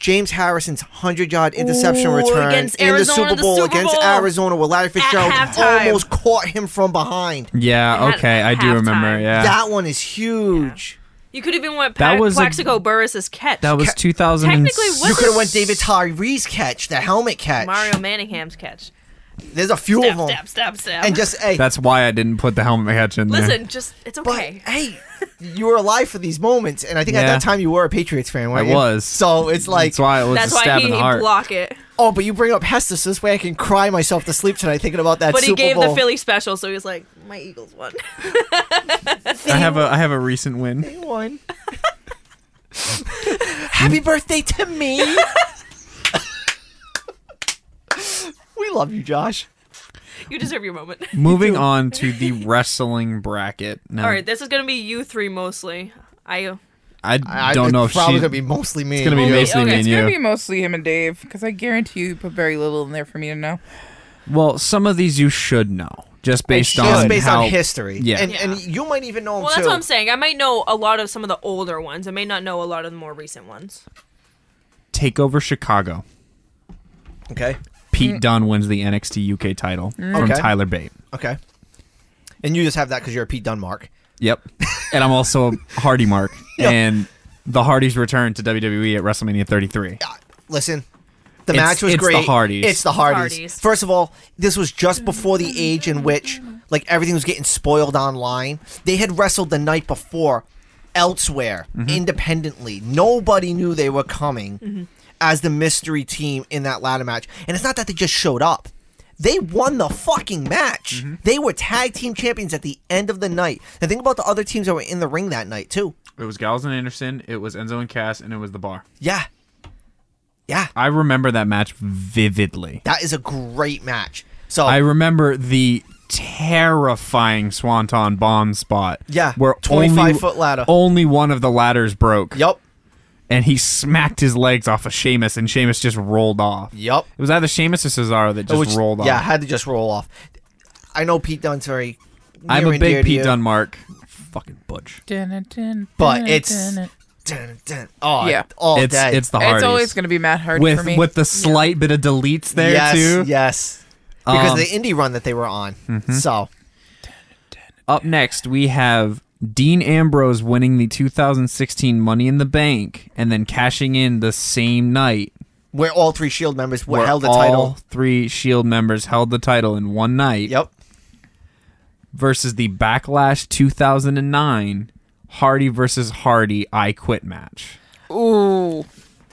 James Harrison's hundred-yard interception Ooh, return against in the Arizona Super in the Bowl Super against Bowl. Arizona, where Larry Fitzgerald halftime. almost caught him from behind. Yeah, At okay, I do halftime. remember. Yeah, that, That one is huge. You could even went That pa- was a- Plaxico Burris's catch. was 2000. Technically, what- You could have went David Tyree's catch, the helmet catch. Mario Manningham's catch. There's a few Stab, of them, stab, stab, stab. and just hey, That's why I didn't put the helmet hatch in there. listen, just it's But okay. hey, you were alive for these moments, and I think at Yeah. that time you were a Patriots fan, I right? was. So it's like, that's why it was That's a stab why in he the heart. block it. oh, but you bring up Hestus so this way, I can cry myself to sleep tonight thinking about that But he Super gave Bowl. the Philly special, so he was like, "My Eagles won." I have a I have a recent win. They won. Happy birthday to me. we love you, Josh. you deserve your moment. Moving on to the wrestling bracket. Now, All Um, right, this is gonna be you three mostly. I I I- don't know if it's probably she's gonna be mostly me. gonna be Only- mostly okay, it's me and It's you. gonna be mostly him and Dave because I guarantee you put very little in there for me to know. Well, some of these you should know. just based Just on based how, on history. Yeah. And, Yeah. and you might even know him Well, too. that's what I'm saying. I might know a lot of some of the older ones. I may not know a lot of the more recent ones. take over Chicago. Okay. Pete Dunne wins the NXT UK title from Okay. Tyler Bate. Okay. And you just have that because you're a Pete Dunmark. Yep. and I'm also a Hardy Mark. Yeah. And the Hardys return to WWE at WrestleMania 33. Uh, Listen, the It's- match was it's the great. Hardys. It's the Hardys. Hardys. First of all, this was just before the age in which like everything was getting spoiled online. They had wrestled the night before elsewhere Mm-hmm. independently. Nobody knew they were coming as the mystery team in that ladder match. And it's not that they just showed up. They won the fucking match. Mm-hmm. They were tag team champions at the end of the night. And think about the other teams that were in the ring that night too. It was Gals and Anderson, it was Enzo and Cass, and it was the bar. Yeah. Yeah. I remember that match vividly. That is a great match. So I remember the terrifying Swanton bomb spot. Yeah, Where 25 only- foot ladder. Only one of the ladders broke. Yep. And he smacked his legs off of Sheamus, and Sheamus just rolled off. Yep. It was either Sheamus or Cesaro that just Oh, Which- rolled off. Yeah, had to just roll off. I know Pete Dunne's very. I'm near a and dear big to Pete you, Dunne mark. Fucking Butch. but it's. Dun, dun, oh, Yeah. all it's day. it's the hardest. It's always going to be Matt Hardy for with me. with the slight bit of deletes there yes, too. Yes, because Um, mm-hmm. of the indie run that they were on. So Up next, we have Dean Ambrose winning the 2016 Money in the Bank and then cashing in the same night. where all three Shield E members were where held the all title. Three Shield members held the title in one night. Yep. Versus the Backlash 2009 Hardy versus Hardy I Quit match. Ooh.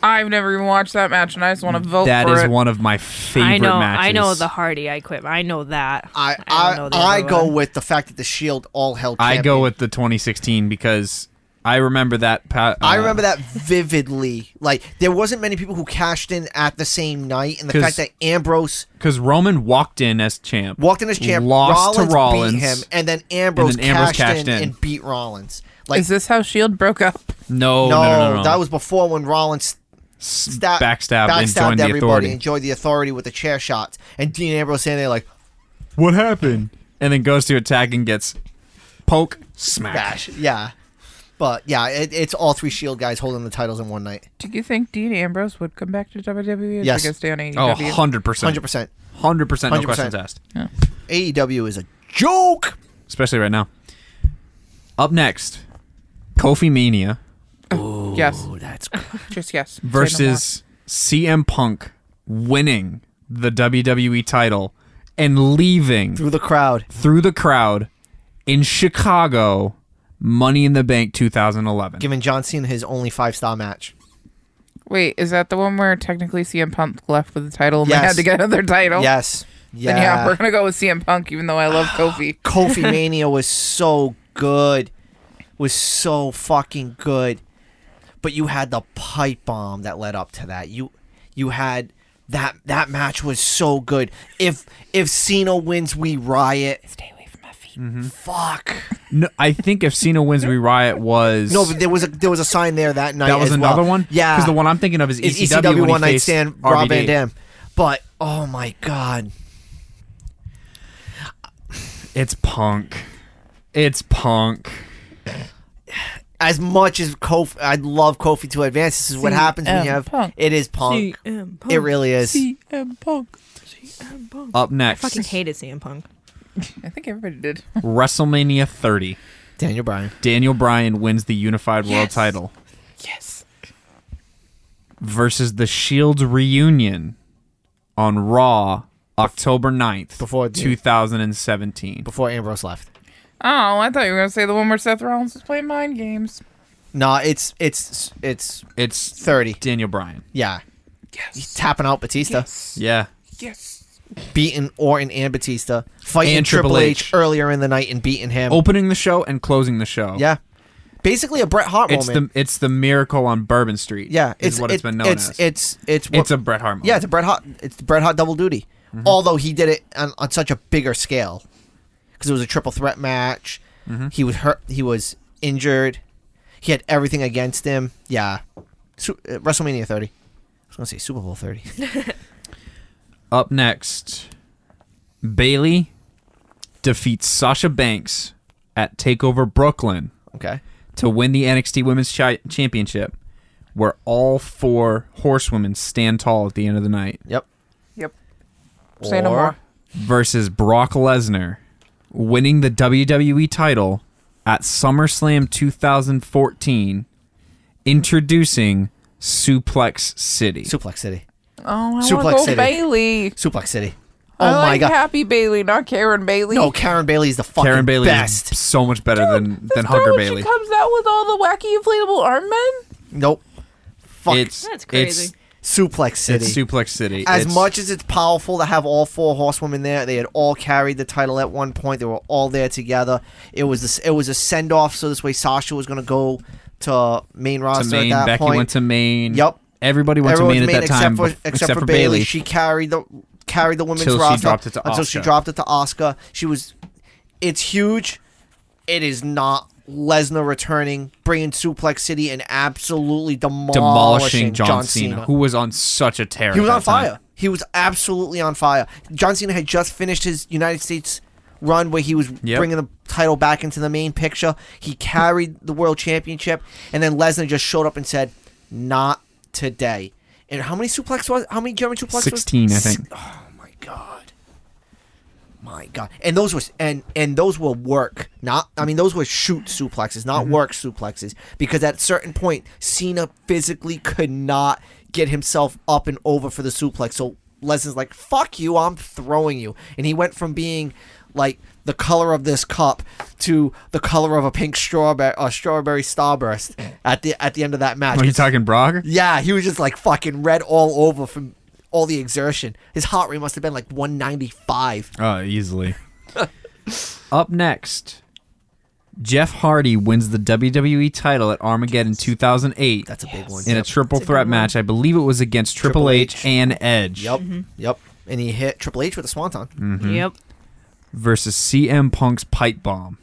I've never even watched that match, and I just want to vote That for is it. one of my favorite I Oh, know. matches. I know the Hardy. I quit. I know that. I don't I know the I, other go one. with the fact that the Shield E all held. I champion. go with the 2016 because I remember that. Pa- I uh, remember that vividly. Like there wasn't many people who cashed in at the same night, and the 'Cause- fact that Ambrose because Roman walked in as champ, walked in as champ, lost Rollins to Rollins. beat him, and then Ambrose, then Ambrose cashed, cashed in, in. and beat Rollins. Like Is this how Shield E broke up? No, no, Oh, no, no, no, no. that was before when Rollins S- sta- backstabbed, and joined the everybody authority. and joined the authority with the chair shots. And Dean Ambrose standing there like, what happened? And then goes to attack and gets poke, smack. gosh, yeah. But yeah, it, it's all three Shield E guys holding the titles in one night. Do you think Dean Ambrose would come back to E? WWE? or Yes. Should he stay on Oh, AEW? 100 percent, 100 percent. hundred percent, no 100%. questions asked. AEW is a joke. Especially right now. Up next, Kofi Mania yes. that's Just yes. Say no more. versus CM Punk winning the WWE title and leaving through the crowd. through the crowd in Chicago, Money in the Bank 2011. Giving John Cena his only five star match. Wait, is that the one where technically CM Punk left with the title and Yes. they had to get another title? Yes. Yeah. Then yeah, we're gonna go with CM Punk, even though I love Kofi. Kofi Mania was so good, was so fucking good. But you had the pipe bomb that led up to that. You you had that that match was so good. If if Cena wins, we riot. Mm-hmm. Stay away from my feet. Mm-hmm. Fuck. No, I think if Cena wins, we riot was No, but there was a there was a sign there that night. that was as well. another one. Yeah, because the one I'm thinking of is is E ECW, when he one night faced stand RVD. Rob Van Dam. But oh my god, It's Punk. It's Punk. as much as Kofi, I love Kofi to advance. This is what happens when you CM have um, Punk. it is punk. CM Punk. It really is. CM Punk. CM Punk. Up next, Fucking hated CM Punk. I think everybody did. WrestleMania 30. Daniel Bryan. Daniel Bryan wins the Unified World Yes. Title yes. versus the Shield reunion on Raw, October 9th, Before- 2017. before Ambrose left. Oh, I thought you were gonna say the one where Seth Rollins was playing mind games. No, it's it's it's It's thirty. Daniel Bryan. Yeah, Yes. tapping out Batista, Yeah. Yes. beating Orton and Batista, fighting And Triple Triple H. H. Oh. earlier in the night and beating him. Opening the show and closing the show. yeah, basically a Bret Hart It's moment. the it's the miracle on Bourbon Street. yeah, is it's what it, it's been known it's, as. It's it's it's what- a Bret Hart. Moment. yeah, it's a Bret Hart. It's the Bret Hart double duty. Mm-hmm. Although he did it on, on such a bigger scale, because it was a triple threat match. Mm-hmm. He was hurt. He was injured. He had everything against him. Yeah, Su- uh, WrestleMania thirty. I was gonna say Super Bowl thirty. Up next, Bailey defeats Sasha Banks at Takeover Brooklyn Okay. to win the NXT Women's Chi Championship, where all four horsewomen stand tall at the end of the night, Yep. Yep. Say no Or- more. versus Brock Lesnar, winning the WWE title at SummerSlam 2014, introducing Suplex City. Suplex City. Oh, I Suplex want to go City. Bailey. Suplex City. Oh I my like god. Happy Bailey, not Karen Bailey. no, Karen Bailey is the fucking Karen Bailey best. is so much better than This than girl, Hunter when Bailey. She comes out with all the wacky inflatable arm men. Nope. Fuck It's That's crazy. Suplex City. It's, it's Suplex City. as It's- much as it's powerful to have all four horsewomen there, they had all carried the title at one point. They were all there together. It was a, it was a send off, so this way Sasha was going to go to main to roster Maine. at that Becky point. went to Maine. Yep. Everybody went Everyone to Maine at that except time, for, bef- except, for, Bailey. She carried the carried the women's Till she roster dropped it to until she Asuka. dropped it to Oscar. She was, it's huge. It is not Lesnar returning, bringing Suplex City and absolutely demolishing demolishing, John, Cena, Cena. who was on such a tear. He was at on that time. fire. He was absolutely on fire. John Cena had just finished his United States run where he was Yep. bringing the title back into the main picture. He carried the world championship, and then Lesnar just showed up and said, "Not today." And how many suplex was? How many German suplex? was- Sixteen, I think. Oh my god. My god. And those were and and those were work. Not I mean those were shoot suplexes, not Mm-hmm. work suplexes because at a certain point Cena physically could not get himself up and over for the suplex. So Lesnar's like, "Fuck you, I'm throwing you." And he went from being like the color of this cup to the color of a pink strawberry uh, strawberry starburst at the at the end of that match. Are you talking Brock? Yeah, he was just like fucking red all over from all the exertion. His heart rate must have been like 195. Uh, easily. Up next, Jeff Hardy wins the WWE title at Armageddon 2008 That's a big one. in a yep. triple threat match. I believe it was against Triple, Triple H, H. and Edge Yep. Yep. And he hit Triple H with a swanton. Yep. versus CM Punk's pipe bomb.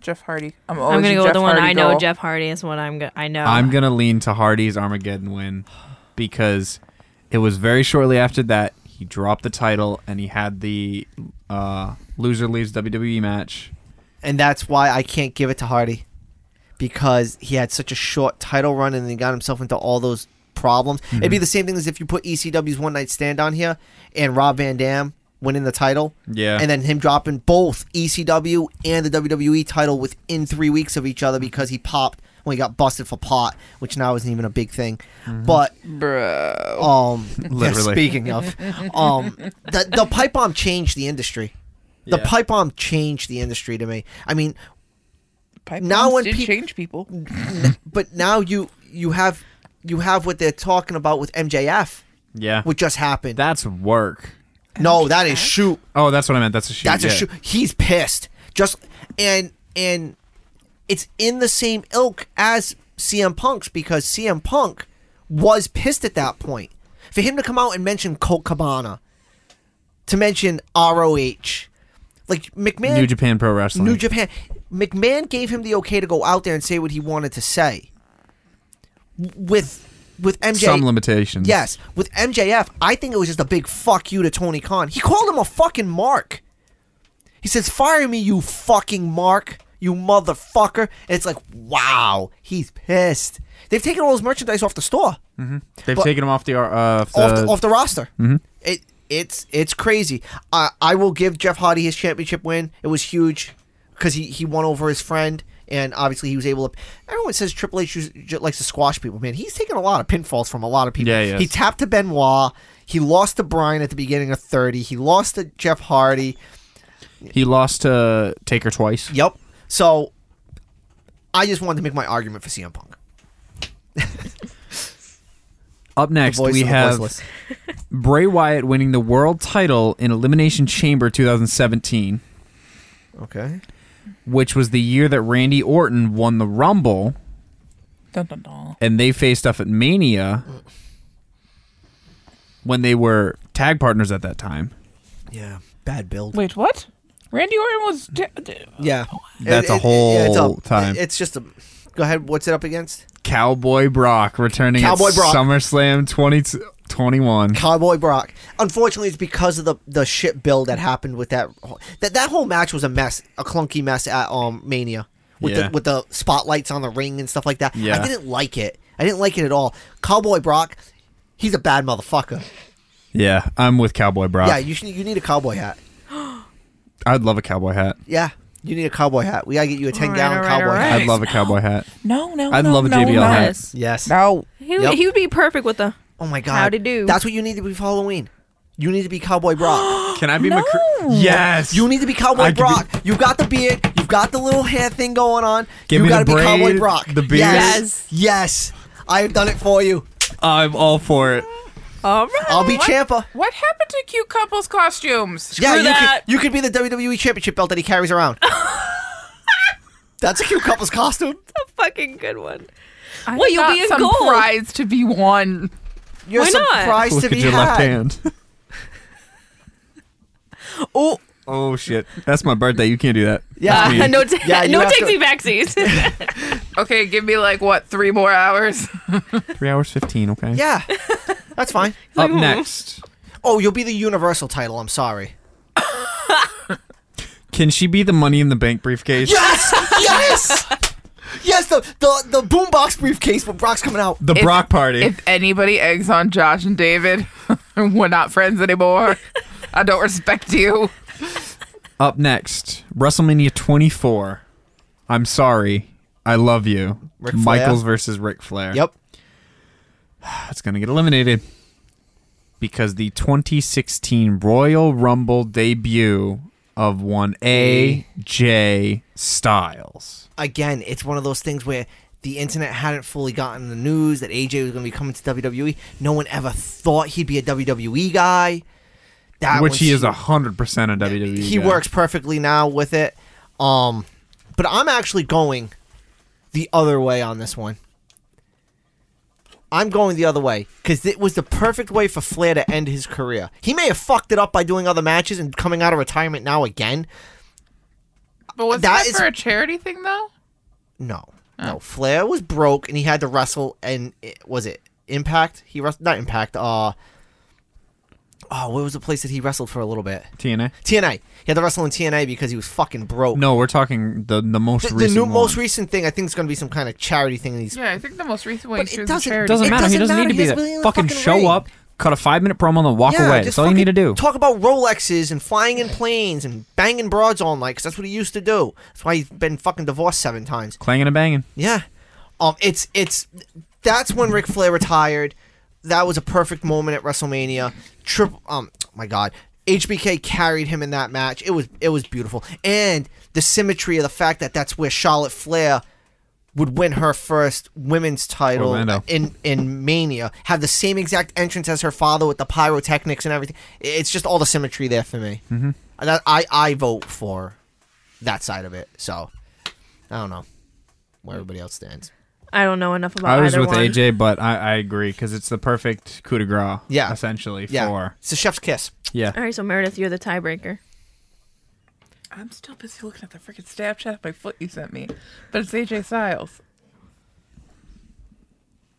Jeff Hardy. I'm, I'm always gonna a go Oh, Jeff with the one Hardy I know. girl. Jeff Hardy is what I'm. Go- I know. Ah. I'm gonna lean to Hardy's Armageddon win because it was very shortly after that he dropped the title and he had the uh, loser leaves WWE match. And that's why I can't give it to Hardy because he had such a short title run and he got himself into all those problems. It'd be the same thing as if you put ECW's One Night Stand on here and Rob Van Dam winning the title. Yeah. And then him dropping both ECW and the WWE title within three weeks of each other because he popped when he got busted for pot, which now isn't even a big thing. But Bro. um Literally. speaking of um the, the pipe bomb changed the industry the Yeah. pipe bomb changed the industry to me i mean Pipe now bombs when did peop- change people. but now you you have you have what they're talking about with mjf Yeah, what just happened that's work. no that is shoot Oh, that's what I meant. That's a shoot. that's yeah. a shoot he's pissed just and and it's in the same ilk as cm punk's because cm punk was pissed at that point for him to come out and mention colt cabana to mention roh like mcmahon New Japan Pro Wrestling. New Japan. McMahon gave him the okay to go out there and say what he wanted to say. W- With with MJ, Some limitations. yes, with MJF, I think it was just a big fuck you to Tony Khan. He called him a fucking mark. He says, "Fire me, you fucking mark, you motherfucker." And it's like, wow, he's pissed. They've taken all his merchandise off the store, they've But- taken him off the uh, off the, Mm-hmm. off the off the roster. It it's it's crazy. I I will give Jeff Hardy his championship win. It was huge because he he won over his friend. And obviously, he was able to. Everyone says Triple H is- j- likes to squash people. Man, he's taken a lot of pinfalls from a lot of people. Yeah, he is. He tapped to Benoit. He lost to Bryan at the beginning of 30. He lost to Jeff Hardy. he lost to Taker twice. Yep. So, I just wanted to make my argument for CM Punk. Up next, Voice we of the have voiceless. Bray Wyatt winning the world title in Elimination Chamber 2017. Okay. which was the year that Randy Orton won the Rumble, Dun, dun, dun. and they faced off at Mania when they were tag partners at that time. Yeah. Bad build. Wait, what? Randy Orton was. d- d- Yeah. That's a it's whole time. It's just a. Go ahead. What's it up against? Cowboy Brock returning Cowboy at Brock. SummerSlam 20, 21. Cowboy Brock. Unfortunately, it's because of the the shit bill that happened with that wh- that that whole match was a mess, a clunky mess at um Mania with Yeah. the with the spotlights on the ring and stuff like that. Yeah. I didn't like it. I didn't like it at all. Cowboy Brock, he's a bad motherfucker. Yeah, I'm with Cowboy Brock. Yeah, you should, you need a cowboy hat. I'd love a cowboy hat. Yeah, you need a cowboy hat. We gotta get you a ten gallon all right, all cowboy right. hat. I'd love a cowboy hat. No, no. I'd no, love a no, JBL no. hat. Yes. Yes. No. He, Yep. he would be perfect with the. Oh my god. Howdy do. That's what you need to be for Halloween. You need to be Cowboy Brock. Can I be No. McCre- Yes. you need to be Cowboy I could be- Brock. You've got the beard. You've got the little hair thing going on. Give you me the gotta be Cowboy braid, Brock. the beard. Yes. Yes. I have done it for you. I'm all for it. All right. I'll be What? Champa. What happened to cute couples costumes? Yeah, you that. could you could be the WWE Championship belt that he carries around. That's a cute couple's costume. a fucking good one. I Well, you'll thought be in some gold. prize to be won. You're Why not? surprised Look to at be your left had. hand. Oh, Oh shit. That's my birthday. You can't do that. That's Yeah. me. no, Yeah, you no have to- takesy backsies. Okay, give me like what three more hours. Three hours fifteen. Okay. Yeah. That's fine. Up next, Oh, you'll be the Universal title. I'm sorry. can she be the Money in the Bank briefcase? Yes! yes! Yes, the, the, the boombox briefcase when Brock's coming out. The If- Brock party. If anybody eggs on Josh and David, we're not friends anymore. I don't respect you. Up next, WrestleMania 24. I'm sorry. I love you. Ric Flair. Michaels versus Ric Flair. Yep. That's going to get eliminated because the 2016 Royal Rumble debut of one AJ Styles. Again, it's one of those things where the internet hadn't fully gotten the news that AJ was going to be coming to WWE. No one ever thought he'd be a WWE guy. That Which was he is huge. 100% a WWE. he E guy. works perfectly now with it. Um, but I'm actually going the other way on this one. I'm going the other way because it was the perfect way for Flair to end his career. He may have fucked it up by doing other matches and coming out of retirement now again. But was That that, is- for a charity thing though? No, Oh. no. Flair was broke and he had to wrestle. And it, was it Impact? He wrestled not Impact. Uh, oh, where was the place that he wrestled for a little bit? TNA. TNA. He had to wrestle in TNA because he was fucking broke. No, we're talking the, the most the, the recent. new, one. most recent thing I think is going to be some kind of charity thing. And he's Yeah, I think the most recent one But is it through the doesn't- charity. doesn't It matter. doesn't he doesn't matter. need to He be there. has been in the Fucking fucking show ring. up, cut a five minute promo, and then walk yeah, away. just That's all you need to do. fucking Talk about Rolexes and flying in planes and banging broads all night because that's what he used to do. That's why he's been fucking divorced seven times. Clanging and banging. Yeah, um, it's it's that's when Ric Flair retired. That was a perfect moment at WrestleMania. Triple, um, my God, HBK carried him in that match. It was it was beautiful, and the symmetry of the fact that that's where Charlotte Flair would win her first women's title Orlando. in in Mania, have the same exact entrance as her father with the pyrotechnics and everything. I- It's just all the symmetry there for me. Mm-hmm. And I, I I vote for that side of it. So I don't know where everybody else stands. I don't know enough about I was either with one. AJ, but I, I agree because it's the perfect coup de grace. Yeah. essentially Yeah, for it's a chef's kiss. yeah. All right, so Meredith, you're the tiebreaker. I'm still busy looking at the freaking Snapchat of my foot you sent me, but it's AJ Styles.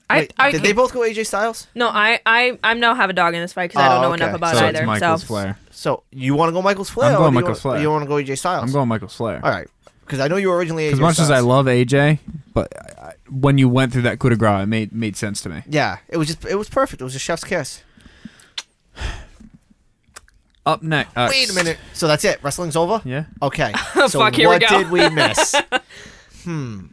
I, Wait, I did they both go AJ Styles? No, I, I, I now have a dog in this fight because I Oh, don't know okay. enough about so it it's either. Michael's so Flair. So you want to go Michael's Flair? I'm or going do you Michael's wanna- Flair. You want to go AJ Styles? I'm going Michael's Flair. All right, because I know you were originally AJ As much Styles. as I love AJ, but I, I, when you went through that coup de grace, it made made sense to me. Yeah, it was just it was perfect. It was a chef's kiss. Up next. Uh, Wait a minute. So that's it. Wrestling's over. Yeah. Okay. so Fuck, here we what go. did we miss? hmm.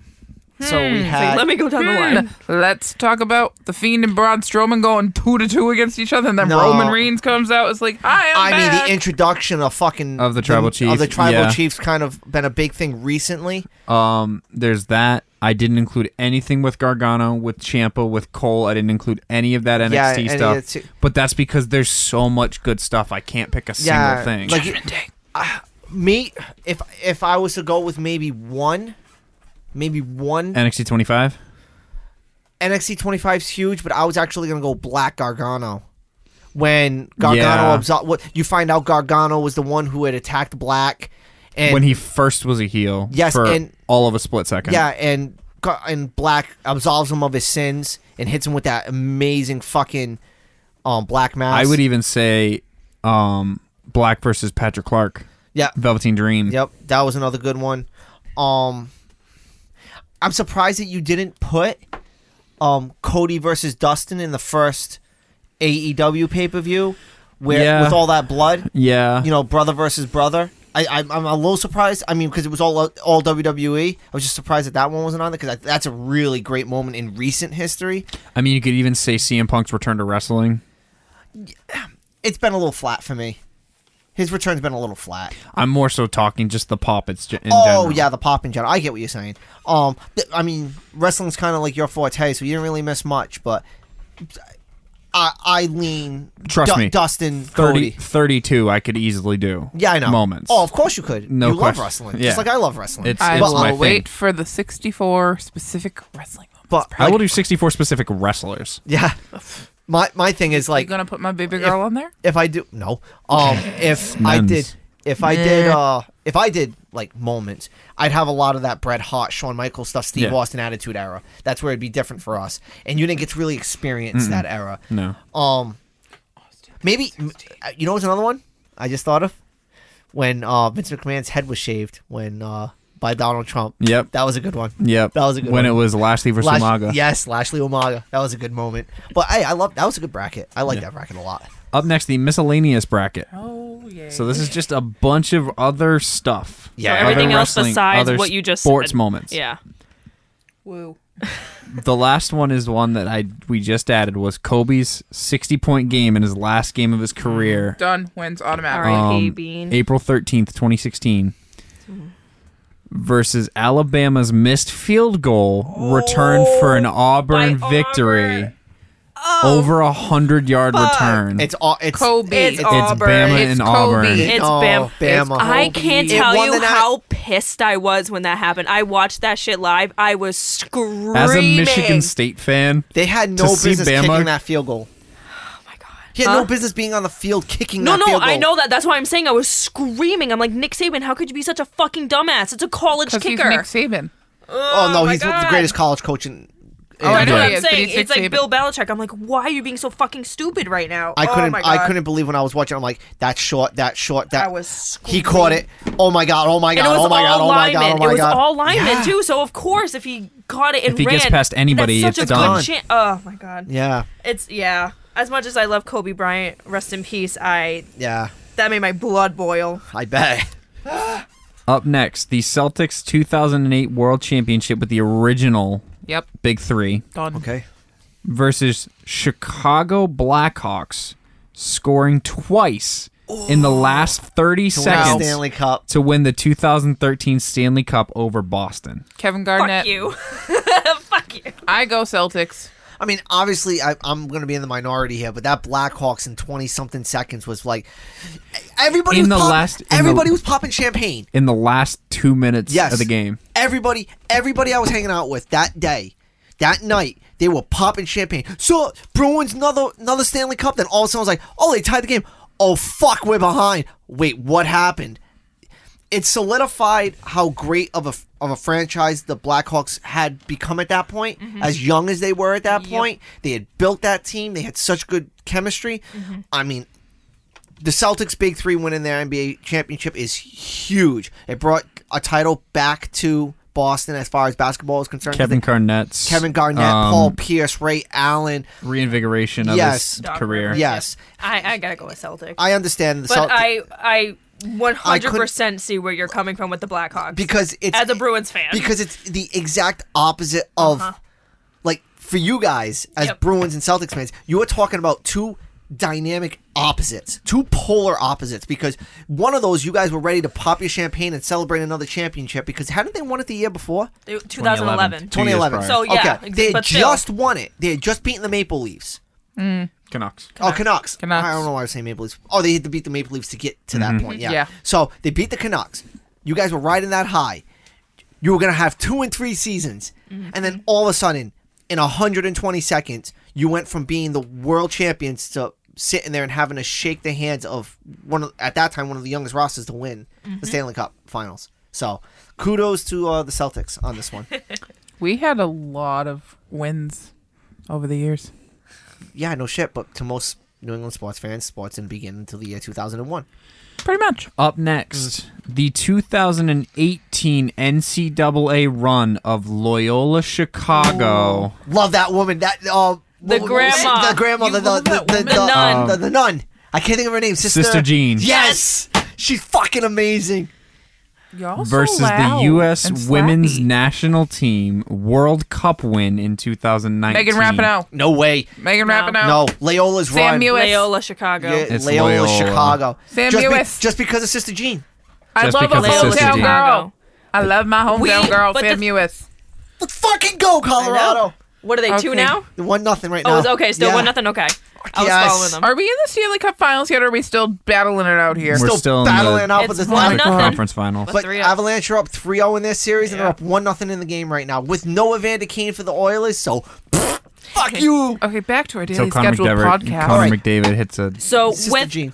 So we had let me go down the line. Hmm. Let's talk about the Fiend and Braun Strowman going two to two against each other, and then No. Roman Reigns comes out. It's like, hi, I I'm mean back. the introduction of fucking Of the tribal chief, of the tribal yeah. chief's kind of been a big thing recently. Um. There's that. I didn't include anything with Gargano, with Champa, with Cole. I didn't include any of that NXT Yeah, any of stuff. the two- But that's because there's so much good stuff. I can't pick a single yeah, thing. like you- me if if I was to go with maybe one, maybe one NXT 25. NXT 25's huge, but I was actually gonna go Black Gargano. When Gargano Yeah. absol- what you find out Gargano was the one who had attacked Black, and when he first was a heel. Yes, for and- all of a split second. yeah, and Gar- and Black absolves him of his sins and hits him with that amazing fucking um, Black Mass. I would even say um, Black versus Patrick Clark, yeah, Velveteen Dream. Yep, that was another good one. Um, I'm surprised that you didn't put um Cody versus Dustin in the first AEW pay per view, where Yeah. with all that blood, Yeah. you know, brother versus brother. I, I'm, I'm a little surprised. I mean, because it was all all WWE. I was just surprised that that one wasn't on there because that's a really great moment in recent history. I mean, you could even say CM Punk's return to wrestling. It's been a little flat for me. His return's been a little flat. I'm more so talking just the poppets ge- in oh general. yeah, the pop in general. I get what you're saying. Um, th- I mean, wrestling's kind of like your forte, so you didn't really miss much. But I, I lean. Trust Du- me. Dustin 30, Cody. 32 I could easily do. Yeah, I know. Moments. Oh, of course you could. No you love question. wrestling, Yeah. just like I love wrestling. It's- I but, my thing. will wait for the 64 specific wrestling moments. but I will like, do 64 specific wrestlers. yeah. My my thing is you like gonna put my baby girl on there? if I do no, um, if I Nuns. did, if I did, uh, if I did like moments, I'd have a lot of that Bret Hart, Shawn Michaels stuff, Steve Yeah. Austin attitude era. That's where it'd be different for us, and you didn't get to really experience that era. No. Um, maybe m- uh, you know what's another one I just thought of when uh, Vince McMahon's head was shaved when uh, by Donald Trump. Yep. That was a good one. Yep. That was a good When one. it was Lashley versus Lash- Umaga. Yes, Lashley Umaga. That was a good moment. But hey, I love that was a good bracket. I like that bracket a lot. Up next, the miscellaneous bracket. Oh yeah. So this is just a bunch of other stuff. Yeah. So everything Other else wrestling, besides other what you just sports said. moments. Yeah. woo. The last one is one that I we just added was Kobe's 60 point game in his last game of his career. Done wins automatic. All right. R.I.P. um, Bean. April 13th, 2016 versus Alabama's missed field goal return for an Auburn by victory. over a hundred yard return. It's all it's Kobe. It's It's It's Auburn. Bama It's and Kobe. Auburn. It's Oh, Bama. Bama. I can't It tell won the you night. how pissed I was when that happened. I watched that shit live. I was screaming. As a Michigan State fan, They had no To see business Bama- kicking that field goal. Oh my god. He had Huh? no business being on the field kicking No, that no, field goal. I know that. That's why I'm saying I was screaming. I'm like, Nick Saban, how could you be such a fucking dumbass? It's a college Because he's kicker. Nick Saban. Oh no, my he's God. the greatest college coach in. Oh, I That's know he what is, but I'm saying. he's Nick It's like Saban. Bill Belichick. I'm like, why are you being so fucking stupid right now? I Oh couldn't. my God. I couldn't believe when I was watching. I'm like, that short, that short, that. I was he caught it. Oh my god! Oh my And god! it was Oh my all god! Oh my god! linemen. Oh my it was god! all linemen too. So of course, if he caught it and If he ran, gets past anybody, that's such it's a done. Good chan- oh my god. yeah, It's yeah. As much as I love Kobe Bryant, rest in peace. I yeah. that made my blood boil. I bet. up next, the Celtics 2008 World Championship with the original Yep. Big Three Done. Okay. versus Chicago Blackhawks scoring twice in the last 30 Second seconds Stanley Cup. to win the 2013 Stanley Cup over Boston. Kevin Fuck Garnett. you. Fuck you. I go Celtics. I mean, obviously, I, I'm going to be in the minority here, but that Blackhawks in 20 something seconds was like everybody In was the pop- last- in the- everybody was popping champagne. In the last two minutes Yes. of the game. Everybody, everybody I was hanging out with that day, that night, they were popping champagne. So Bruins another another Stanley Cup. Then all of a sudden, I was like, oh, they tied the game. Oh fuck, we're behind. Wait, what happened? It solidified how great of a of a franchise the Blackhawks had become at that point. As young as they were at that point, they had built that team. They had such good chemistry. I mean, the Celtics' big three win in their NBA championship is huge. It brought a title back to Boston as far as basketball is concerned. Kevin Garnett's Kevin Garnett, um, Paul Pierce, Ray Allen. reinvigoration of Yes. his career. Yes, I, I gotta go with Celtic. I understand the but Celtics I I 100 percent see where you're coming from with the Blackhawks because it's as a Bruins fan. Uh-huh. because it's the exact opposite of like for you guys as Yep. Bruins and Celtics fans, you are talking about two dynamic opposites, two polar opposites. Because one of those, you guys were ready to pop your champagne and celebrate another championship. Because hadn't they won it the year before? They- 2011. 2011. Two years 2011. prior. So, yeah, okay. they had but still. just won it. They had just beaten the Maple Leafs. Canucks. Oh, Canucks. Canucks. I don't know why I was saying Maple Leafs. Oh, they had to beat the Maple Leafs to get to Mm-hmm. that point. Yeah. Yeah. So they beat the Canucks. You guys were riding that high. You were gonna have two and three seasons, Mm-hmm. and then all of a sudden, in 120 seconds, you went from being the world champions to sitting there and having to shake the hands of one of, at that time one of the youngest rosters to win Mm-hmm. the Stanley Cup Finals. So kudos to uh, the Celtics on this one. We had a lot of wins over the years. yeah, no shit, but to most New England sports fans, sports didn't begin until the year 2001. Pretty much. Up next, the 2018 NCAA run of Loyola Chicago. Love that woman. That uh, The what- what was- grandma. the grandma, You the, the, love the, that the, woman. the, The nun. the, the nun. I can't think of her name. Sister, Sister Jean. Yes, she's fucking amazing. Y'all so Versus the loud and U.S. women's slappy. national team World Cup win in 2019. Megan Rapinoe. No way. Megan No. Rapinoe. No, Leola's Sam run. Ewing. US. Loyola Chicago. Yeah, It's Loyola, Loyola. Chicago. Sam just, Ewing. just because of Sister Jean. I Just love a because of Sister hometown Jean. girl. I love my hometown We- girl, but Sam the- Ewis. Let's fucking go, Colorado. What are they two Okay. now? One nothing right now. Oh, it's okay. Still Yeah. one nothing. Okay, I was Yes. following them. Are we in the Stanley Cup Finals yet, or are we still battling it out here? We're Still, still in the- battling up It's with the one Atlantic nothing. Conference finals. But 3-0. Avalanche are up 3-0 in their series, and they're Yeah. up one nothing in the game right now with no Evander Kane for the Oilers. So, pfft, fuck you. Okay, back to our So daily Connor scheduled McDavid, podcast. Connor Alright. McDavid hits a So Sister with Jean.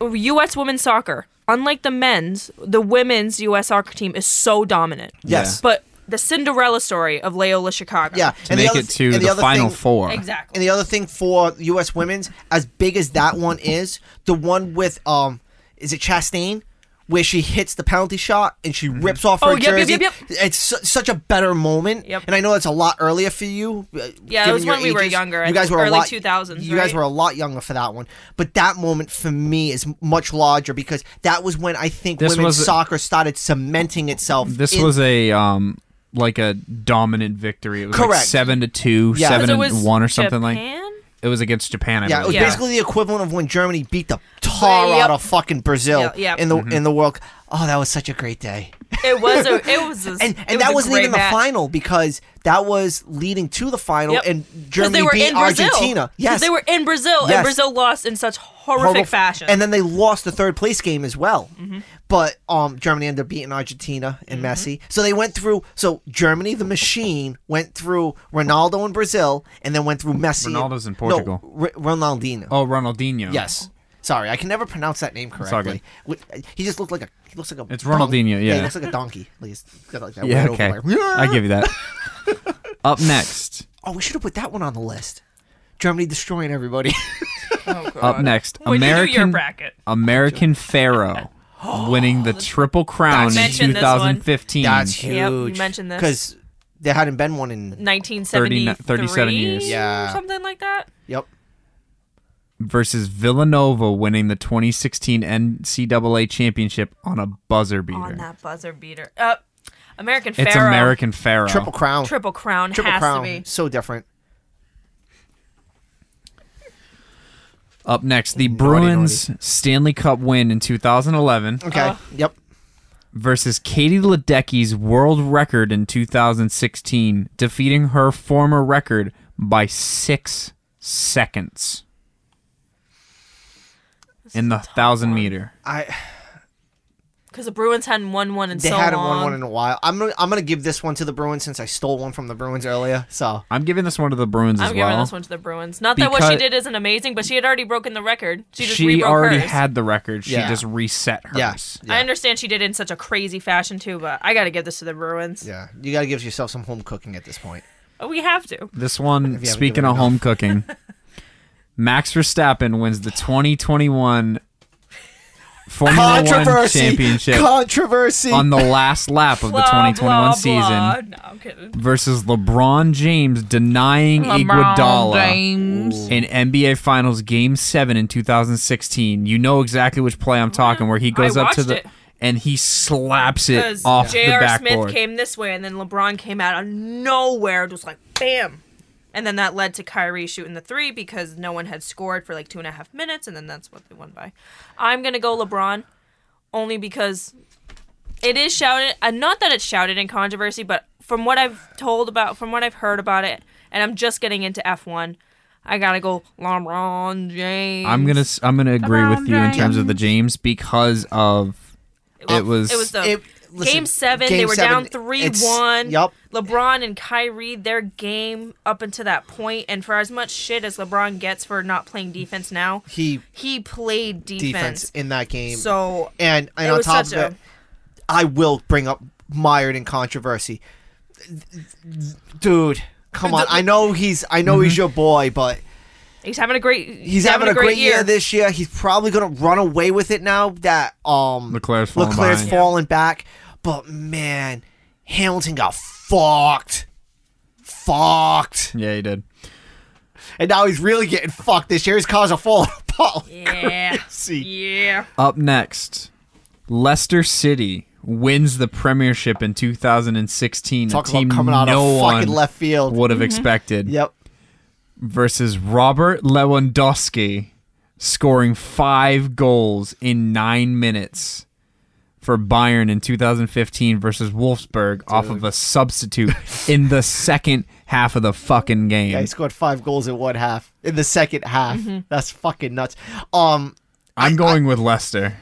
U.S. women's soccer, unlike the men's, the women's U.S. soccer team is so dominant. Yes. But the Cinderella story of Loyola Chicago. Yeah. to make it to the, final thing, four. Exactly. And the other thing for U.S. women's, as big as that one is, the one with um, is it Chastain, where she hits the penalty shot and she rips off her Oh, yep, yep, jersey. yep, yep. It's su- such a better moment. Yep. And I know that's a lot earlier for you. uh, Yeah, it was given your when we were ages. younger. I You guys think were a early lot 2000s, You guys right? were a lot younger for that one. But that moment for me is much larger because that was when I think This women's was- soccer started cementing itself. This in- was a um like a dominant victory. It was like Correct. seven to two, Yeah. seven Because it and was one or something like. Japan? It was against Japan. I Yeah, it was believe. Yeah. basically the equivalent of when Germany beat the tar out Yep. of fucking Brazil Yeah, yeah. in the Mm-hmm. in the World. Cup. Oh, that was such a great day, It was a. It was a. and it and that was wasn't a even great match. the final because that was leading to the final, Yep. and 'Cause Germany beat Argentina. 'Cause Yes, they were in Brazil, Yes. and Brazil lost in such horrific, Horrible- fashion. Mm-hmm. and then they lost the third place game as well. But um, Germany ended up beating Argentina and Messi, so they went through. So Germany, the machine, went through Ronaldo in Brazil, and then went through Messi. Ronaldo's in no, Portugal. R- Ronaldinho. Oh, Ronaldinho. Yes. Sorry, I can never pronounce that name all correctly. Wh- He just looked like a. He looks like a. It's Ronaldinho, yeah. he looks like a donkey. Like, he's got like that Yeah. weird Okay. overlay. I give you that. Up next. Oh, we should have put that one on the list. Germany destroying everybody. Oh, God. Up next. Would you do your American bracket? American Pharaoh winning the triple crown in Mention this one. 2015. That's Yep, huge. you mentioned this. because there hadn't been one in. 1973, 37 years. Yeah. something like that. Yep. Oh. versus Villanova winning the 2016 NCAA championship on a buzzer beater. On that buzzer beater, uh, American Pharaoh, It's American Pharaoh. Triple crown. Triple Crown Oh. Triple has crown. to be. So different. Up next, the Naughty, Bruins Stanley Cup win in 2011 Okay. yep. versus Katie Ledecky's world record in 2016, defeating her former record by six seconds in the thousand meter. I Because the Bruins hadn't won one in they so hadn't long. won one in a while. I'm gonna, I'm gonna give this one to the Bruins since I stole one from the Bruins earlier. So I'm giving this one to the Bruins I'm as giving well. this one to the Bruins. Not that what she Because- did isn't amazing, but she had already broken the record. She just She rebroke already hers. had the record. She Yeah. just reset hers. yeah. I Yeah. understand she did it in such a crazy fashion too, but I got to give this to the Bruins. yeah. You gotta give yourself some home cooking at this point. We have to. This one, haven't speaking given of enough. home cooking, Max Verstappen wins the 2021 Formula One Controversy. championship Controversy. on the last lap of the Blah, 2021 blah, season blah. No, I'm kidding. versus LeBron James denying LeBron Iguodala James. in NBA Finals Game Seven in 2016. You know exactly which play I'm talking, where he goes up to watched the it. and he slaps it Because off the J.R. Smith backboard. came this way, and then LeBron came out of nowhere, just like bam. And then that led to Kyrie shooting the three because no one had scored for like two and a half minutes, and then that's what they won by. I'm gonna go LeBron, only because it is shouted, and not that it's shouted in controversy, but from what I've told about, from what I've heard about it, and I'm just getting into F1. I gotta go LeBron James. I'm gonna s- I'm gonna agree with you in terms of the James because of it was It was the It- listen, game seven. they game were seven, down it's- three one. yup. LeBron and Kyrie, their game up until that point, and for as much shit as LeBron gets for not playing defense now, He- he played defense, defense. in that game. So and and it on was top of such it, a- I will bring up mired in controversy. Mm-hmm. Dude, come on. I know he's I know he's your boy, but He's having a great. He's, He's having, a great, year. this year. He's probably going to run away with it now that um Leclerc's fallen Leclerc's behind. fallen back. But man, Hamilton got fucked. Fucked. Yeah, he did. And now he's really getting fucked this year. His cars are falling apart. yeah. yeah. Up next, Leicester City wins the premiership in 2016. Talk a about team coming out no of one fucking left field. would have expected. Yep. Versus Robert Lewandowski scoring five goals in nine minutes for Bayern in 2015 versus Wolfsburg off of a substitute in the second half of the fucking game. Yeah, he scored five goals in one half. In the second half. Mm-hmm. That's fucking nuts. Um I'm going with Leicester.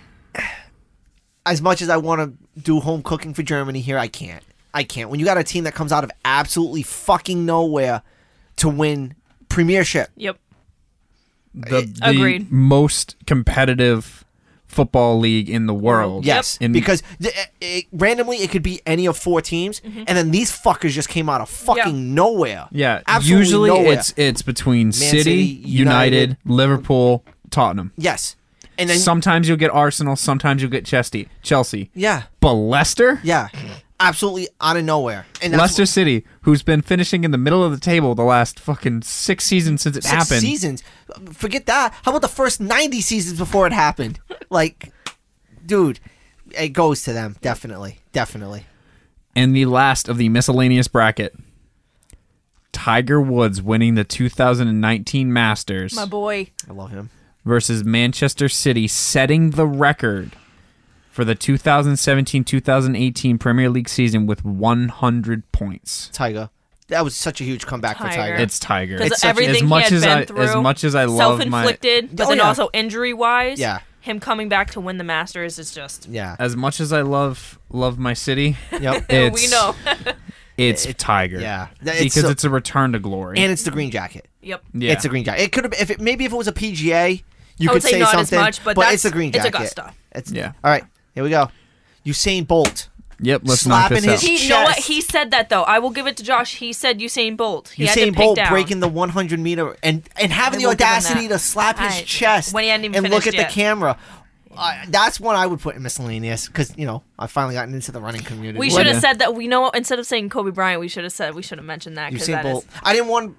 as much as I want to do home cooking for Germany here, I can't. I can't. When you got a team that comes out of absolutely fucking nowhere to win premiership, Yep. The, the Agreed. most competitive football league in the world. yes, In- because th- it, it- randomly it could be any of four teams, Mm-hmm. and then these fuckers just came out of fucking nowhere. Yeah, absolutely usually nowhere. it's it's between City, City, United, United, Liverpool, Tottenham. yes, and then Sometimes you'll get Arsenal, sometimes you'll get Chelsea. Chelsea. yeah, But Leicester? yeah, absolutely out of nowhere. And that's Leicester City, who's been finishing in the middle of the table the last fucking six seasons since it six happened. seasons. Forget that. How about the first ninety seasons before it happened? like, dude, it goes to them definitely, definitely. And the last of the miscellaneous bracket. Tiger Woods winning the 2019 Masters. Oh, My boy. I love him. versus Manchester City, setting the record for the 2017 2018 Premier League season with 100 points. Tiger. That was such a huge comeback for Tiger. Tiger. It's Tiger. Because It's such- everything as much he had as been I, through, as much as I love my, self-inflicted, but Oh, then yeah. also injury-wise, Yeah. him coming back to win the Masters is just. yeah. as much as I love love my city, Yep. it's, We know. it's Tiger. yeah. That- it's because so- it's a return to glory. and it's the green jacket. yep. yeah. It's a green jacket. It could have if it maybe if it was a PGA, you I would could say not as something. much, but it's that's- a green it's jacket. Augusta. It's- Yeah. All right. Here we go. Usain Bolt. Yep. Let's knock slapping this his- out. He, you know what? Chest. He said that though. I will give it to Josh. He said Usain Bolt. He had to Usain pick Bolt down. breaking the 100 meter and and having I the will give him audacity that. to slap his I- chest when he hadn't even and look at finished the yet. camera. Uh, that's one I would put in miscellaneous because you know I've finally gotten into the running community. We What- should have Yeah. said that. We know instead of saying Kobe Bryant, we should have said we should have mentioned that because Usain that is Bolt. I didn't want.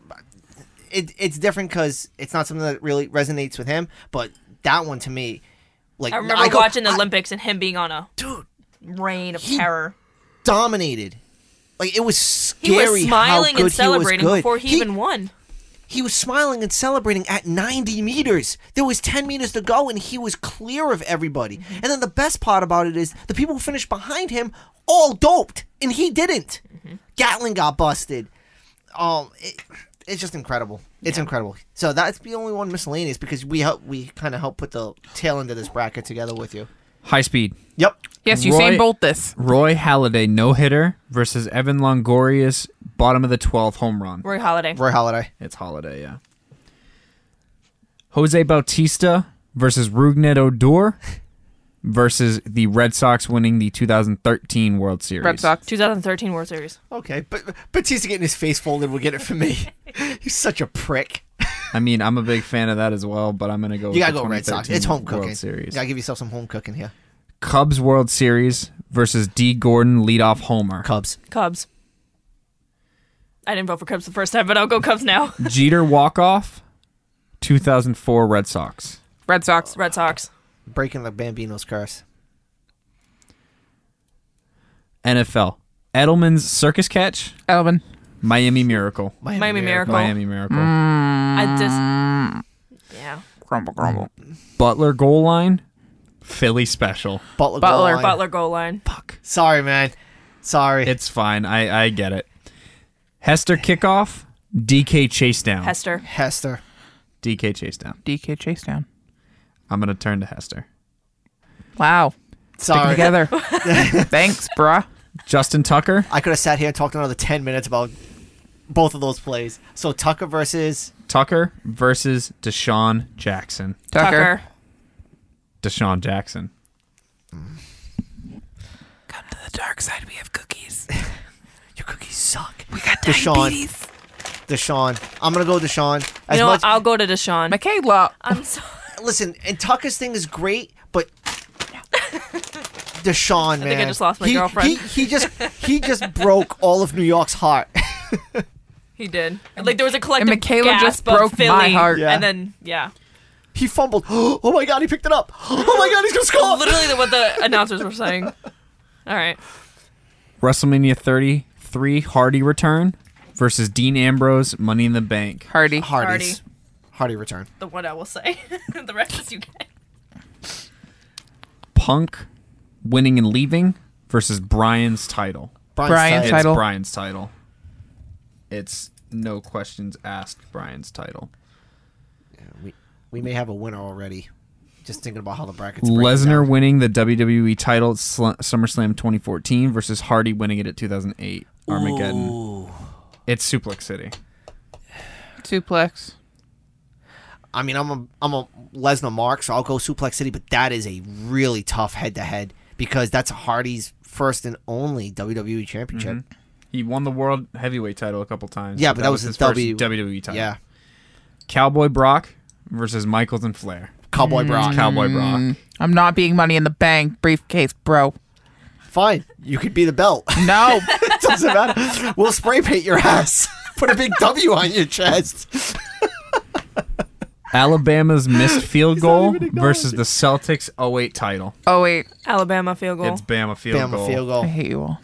It, it's different because it's not something that really resonates with him. But that one to me, like I remember go- watching the I Olympics and him being on a dude reign of terror. dominated. Like it was He scary. was smiling how good and celebrating he was good. before he, even won. He was smiling and celebrating at 90 meters. There was 10 meters to go, and he was clear of everybody. And then the best part about it is the people who finished behind him all doped, and he didn't. Gatlin got busted. Um, it, it's just incredible. It's incredible. So that's the only one miscellaneous because we help we kind of help put the tail end of this bracket together with you. High speed. Yep. Yes, you Roy- Usain Bolt this. Roy Halladay no hitter versus Evan Longoria's bottom of the 12th home run. Roy Holiday. Roy Holiday. It's holiday, yeah. Jose Bautista versus Rugnet Odor versus the Red Sox winning the 2013 World Series. Red Sox. 2013 World Series. Okay, but Batista getting his face folded will get it for me. He's such a prick. I mean, I'm a big fan of that as well, but I'm gonna go. You with gotta the go Red Sox. 2013 It's home World cooking. You Series. gotta give yourself some home cooking here. Cubs World Series versus D Gordon leadoff homer. Cubs. Cubs. I didn't vote for Cubs the first time, but I'll go Cubs now. Jeter walk off. 2004 Red Sox. Red Sox. Red Sox. Breaking the Bambino's curse. NFL. Edelman's circus catch. Elvin. Miami Miracle. Miami Miracle. Miami Miracle. Mm. I just. Yeah. Grumble, grumble. Butler goal line. Philly special. Butler. goal Butler, line. Butler goal line. Fuck. Sorry, man. Sorry. It's fine. I, I get it. Hester kickoff, DK chase down. Hester. Hester. DK chase down. DK chase down. I'm gonna turn to Hester. Wow. Sorry. Together. Thanks, bruh. Justin Tucker. I could have sat here and talked another ten minutes about both of those plays. So Tucker versus Tucker versus Deshaun Jackson. Tucker. Deshaun Jackson. Come to the dark side. We have cookies. your cookies suck. We got Deshaun. diabetes. Deshaun. I'm gonna go Deshaun. As you know much, what? I'll go to Deshaun. Michaela. I'm sorry. listen, and Tucker's thing is great, but Deshaun, man, I just lost my he, girlfriend. He, he just he just broke all of New York's heart. He did. like there was a collective and Michaela gasp just of broke my Philly, heart. Yeah. And then yeah, he fumbled. Oh my god, he picked it up. Oh my god, he's gonna score. literally what the announcers were saying. All right. WrestleMania 33 Hardy return versus Dean Ambrose Money in the Bank. Hardy. Hardy's Hardy return. The one I will say. the rest is you get. Punk winning and leaving versus Brian's title. Brian's Side- side. Title. It's Brian's title. It's no questions asked Brian's title. We, we may have a winner already. Just thinking about how the brackets. break Lesnar down. winning the WWE title at Sl- SummerSlam 2014 versus Hardy winning it at 2008 Armageddon. It's Suplex City. Suplex. I mean, I'm a I'm a Lesnar mark, so I'll go Suplex City. But that is a really tough head to head because that's Hardy's first and only WWE championship. He won the world heavyweight title a couple times. Yeah, but that was his W- first WWE title. Yeah, Cowboy Brock versus Michaels and Flair. Cowboy Brock. Cowboy Mm. Brock. I'm not being money in the bank briefcase, bro. Fine, you could be the belt. No. Doesn't matter. We'll spray paint your ass. Put a big W on your chest. Alabama's missed field goal versus the Celtics 08 title. oh wait. Alabama field goal. It's Bama field Bam, goal. a Oh. field I goal. hate you all.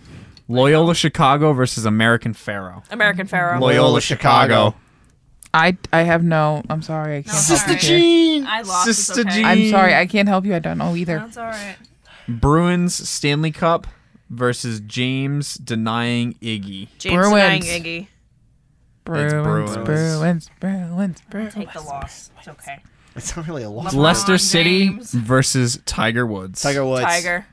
Loyola Chicago versus American Pharaoh. American Pharaoh. Loyal- Loyola, Chicago. I I have no. I'm sorry. I can't. Sister help you. Jean. Gene. I lost. it's Sister okay. Jean. I'm sorry. I can't help you. I don't know either. That's all right. Bruins Stanley Cup versus James denying Iggy. James denying Bruins. Iggy. Bruins, Bruins. Bruins, Bruins, Bruins. Take the loss. It's okay. It's not really a loss. LeBron Leicester City James. versus Tiger Woods. Tiger Woods. Tiger.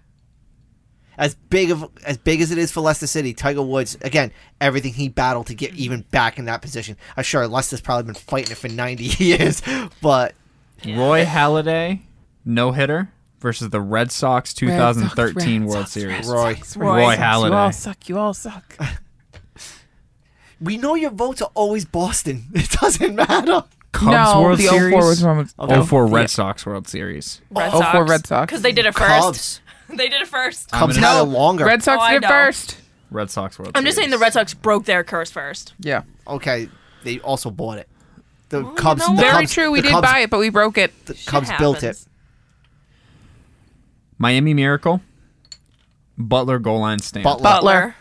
As big of as big as it is for Leicester City, Tiger Woods again everything he battled to Mm-hmm. get even back in that position. I'm sure Leicester's probably been fighting it for 90 years, but Roy Halladay no hitter versus the Red Sox 2013 World Series. Roy, Roy You all Halladay. suck. You all suck. we know your votes are always Boston. It doesn't matter. Cubs no, World the 04 Series. was wrong. Oh, for Yeah. Red Sox World Series. Red Oh, Sox. for Red Sox. Because they did it first. Cubs. they did it first. Cubs gonna- had it No. longer. Red Sox Oh, I did it know. first. Red Sox World I'm just saying the Red Sox broke their curse first. Yeah. okay, they also bought it. The you Cubs. know the what? Very Cubs- true. We the did Cubs- buy it, but we broke it. The Shit Cubs built it. happens. Miami Miracle. Butler goal line stand. Butler. Butler.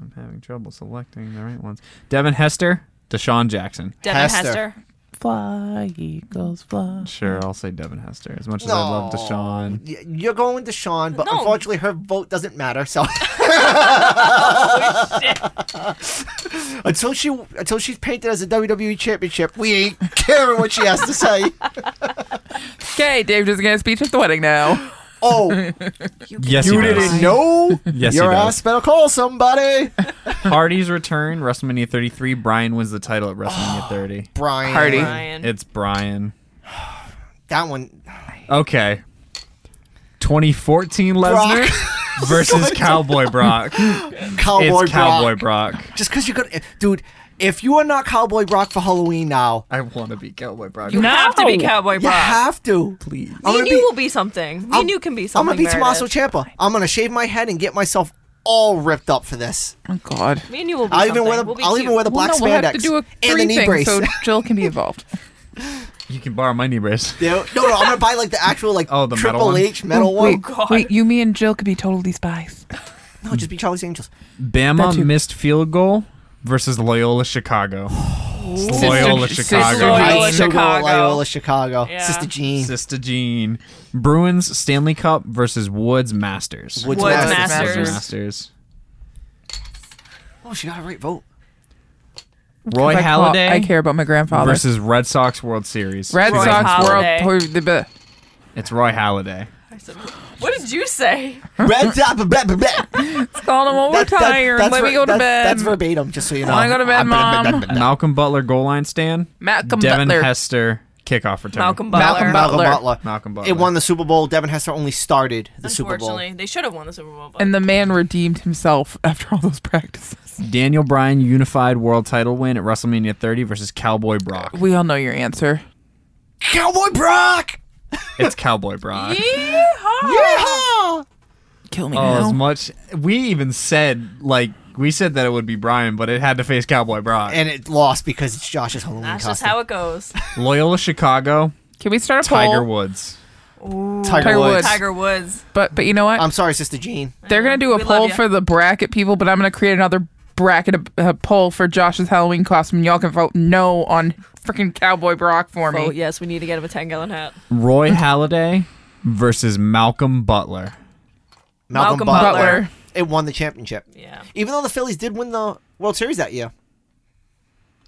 I'm having trouble selecting the right ones. Devin Hester, Deshaun Jackson. Devin Hester. Hester. Fly, Eagles, fly. Sure, I'll say Devin Hester. As much as I love No. Deshaun, Y- You're going to Sean, but No. unfortunately, her vote doesn't matter. So Oh, until she until she's painted as a WWE championship, we ain't caring what she has to say. Okay, Dave just gonna speech at the wedding now. Oh, yes, you he does. didn't know? Yes, he Your does. ass better call somebody. Hardy's return, WrestleMania 33. Brian wins the title at WrestleMania 30. Brian, Hardy. Brian. It's Brian. that one. Okay. 2014 Lesnar versus Cowboy Brock. Cowboy it's Cowboy Brock. Brock. Just because you're gonna, dude. If you are not Cowboy Brock for Halloween now, I want to be Cowboy Brock. You have to be No. Cowboy you Brock. have to. Please. I'm Me gonna and you be- will be something. Me and you can be something. I'm gonna be Tommaso Meredith. Champa. I'm gonna shave my head and get myself all ripped up for this. Oh God. Me and you will be I'll something. even wear the We'll be I'll even cute. wear the black well, no, we'll spandex have to do a and three the knee thing brace. so Jill can be involved. You can borrow my knee brace. no, no, no, I'm gonna buy like the actual like Oh, the metal Triple one? H metal one. Oh, wait, God. wait, you, me, and Jill could be totally spies. No, just be Charlie's Angels. Bama That too. missed field goal versus Loyola Chicago. Loyola Sister- Chicago. Loyola, I'd still go Chicago. Loyola, Chicago. Yeah. Sister Jean. Sister Jean. Bruins Stanley Cup versus Woods Masters. Woods Woods Masters. Masters. Woods Masters. Oh, she got a right vote. Roy I call- Halladay I care about my grandfather. versus Red Sox World Series. Red Roy Sox Halladay. World. Tour- the blah. It's Roy Halladay. What did you say? Red top, blah, blah, blah. Calling him over That- that- tired. that's Let me ver- go to that- bed. That's verbatim, just so you know. Wanna go to bed, Mom? Malcolm Butler goal line stand. Malcolm Devin Butler. Hester, kickoff return. Malcolm Butler. Malcolm Butler. Butler. Malcolm Butler. It won the Super Bowl. Devin Hester only started the Super Bowl. Unfortunately, they should have won the Super Bowl. But And the man redeemed himself after all those practices. Daniel Bryan unified world title win at WrestleMania 30 versus Cowboy Brock. We all know your answer. Cowboy Brock. It's Cowboy Brock. Yeehaw! Kill me Oh, as now. much we even said like we said that it would be Brian, but it had to face Cowboy Brock. And it lost because it's Josh's Halloween that's just costume. how it goes. Loyola Chicago, Can we start a poll? Tiger Woods. Tiger, Tiger Woods. Woods. Tiger Woods. But but you know what? I'm sorry, Sister Jean. They're gonna do a We love poll ya. for the bracket people, but I'm gonna create another bracket a, a poll for Josh's Halloween costume. Y'all can vote no on freaking Cowboy Brock for me. Oh yes, we need to get him a ten gallon hat. Roy Halladay versus Malcolm Butler. Malcolm Malcolm, Butler. Butler. It won the championship. Yeah, Even though the Phillies did win the World Series that year.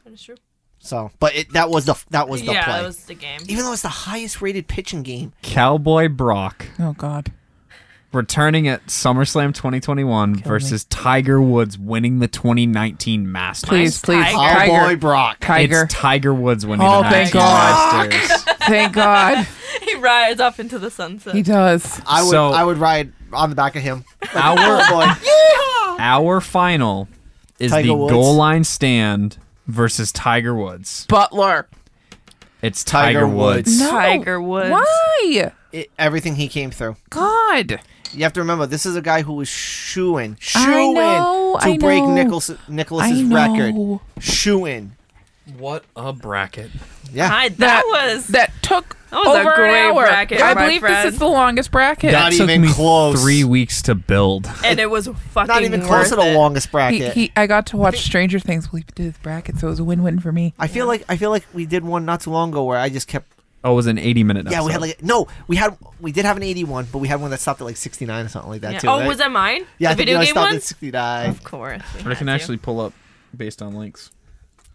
that is true. So, but it, that was the that was the yeah, play. that was the game. Even though it's the highest rated pitching game, Cowboy Brock Oh God. returning at SummerSlam 2021 versus Tiger Woods winning the 2019 Masters. Please, please, Tiger. Tiger. Cowboy Brock. Tiger. It's Tiger Woods winning Oh, the thank 19 God. Masters. Thank God. He rides up into the sunset. He does. I would So- I would ride on the back of him. Our Oh boy. our final is Tiger the Woods. goal line stand versus Tiger Woods. Butler. It's Tiger, Tiger Woods. Woods. Tiger Woods. Why? It- everything he came through. God. You have to remember, this is a guy who was shooing, shooing know, to I break know. Nicholas Nicholas's I know. record. Shooing. What a bracket. Yeah. Hi, that, That- was That took That was a over great an hour. bracket, I my believe this friend. is the longest bracket. That Not took even me close. three weeks to build. and it was fucking Not even worth close to the it. longest bracket. he, he, I got to watch Stranger Things. We did this bracket, so it was a win-win for me. I feel like I feel like we did one not too long ago where I just kept Oh, it was an 80 minute Yeah, we had episode. like no, we had we did have an eighty one, but we had one that stopped at like sixty nine or something like that Yeah. too. Oh, right? was that mine? Yeah, I the think video we game stopped one. at sixty nine. Of course. we I had can to. actually pull up based on links.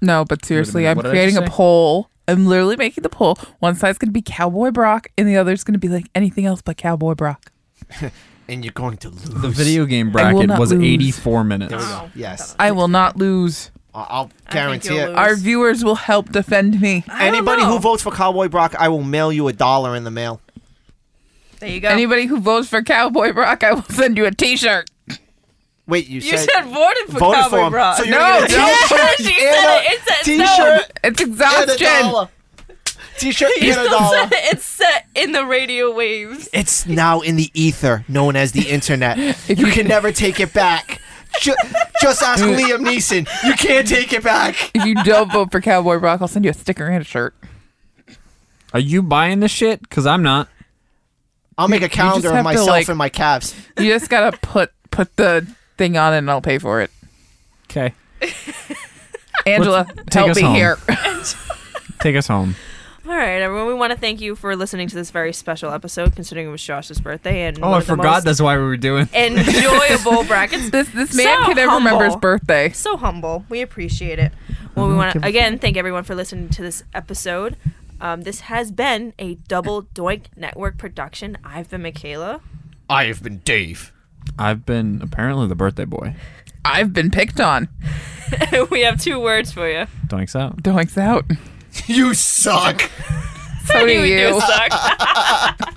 No, but seriously, minute, I'm what did I creating a just say? poll. I'm literally making the poll. One side's gonna be Cowboy Brock, and the other's gonna be like anything else but Cowboy Brock. And you're going to lose. The video game I will bracket not was lose. 84 minutes. Wow. Yes, I will not lose. I- I I'll think guarantee you'll it. lose. Our viewers will help defend me. I don't Anybody who know. votes for Cowboy Brock, I will mail you a dollar in the mail. There you go. Anybody who votes for Cowboy Brock, I will send you a T-shirt. Wait, you, you said voted for voted Cowboy for him. Brock. So you're No, gonna get no, a she t-shirt said it. and It said a t-shirt It's and a exhaustion. dollar. T-shirt You and a still dollar. said it. it's set in the radio waves. It's now in the ether, known as the internet. you you- can never take it back. Ju- Just ask Liam Neeson. You can't take it back. If you don't vote for Cowboy Brock, I'll send you a sticker and a shirt. Are you buying this shit? Because I'm not. I'll make a calendar have of to, myself like- and my calves. You just gotta put put the thing on, it and I'll pay for it. Okay. Angela, Let's take help us me home. here. Take us home. All right, everyone. We want to thank you for listening to this very special episode, considering it was Josh's birthday and Oh, one I of the forgot most that's why we were doing. enjoyable brackets. This this man So can never remember his humble. birthday. So humble. We appreciate it. Well, we want to again thank everyone for listening to this episode. Um, this has been a double Doink Network production. I've been Michaela. I have been Dave. I've been apparently the birthday boy. I've been picked on. we have two words for you. Doinks out. Doinks out. You suck. So do You you. do suck.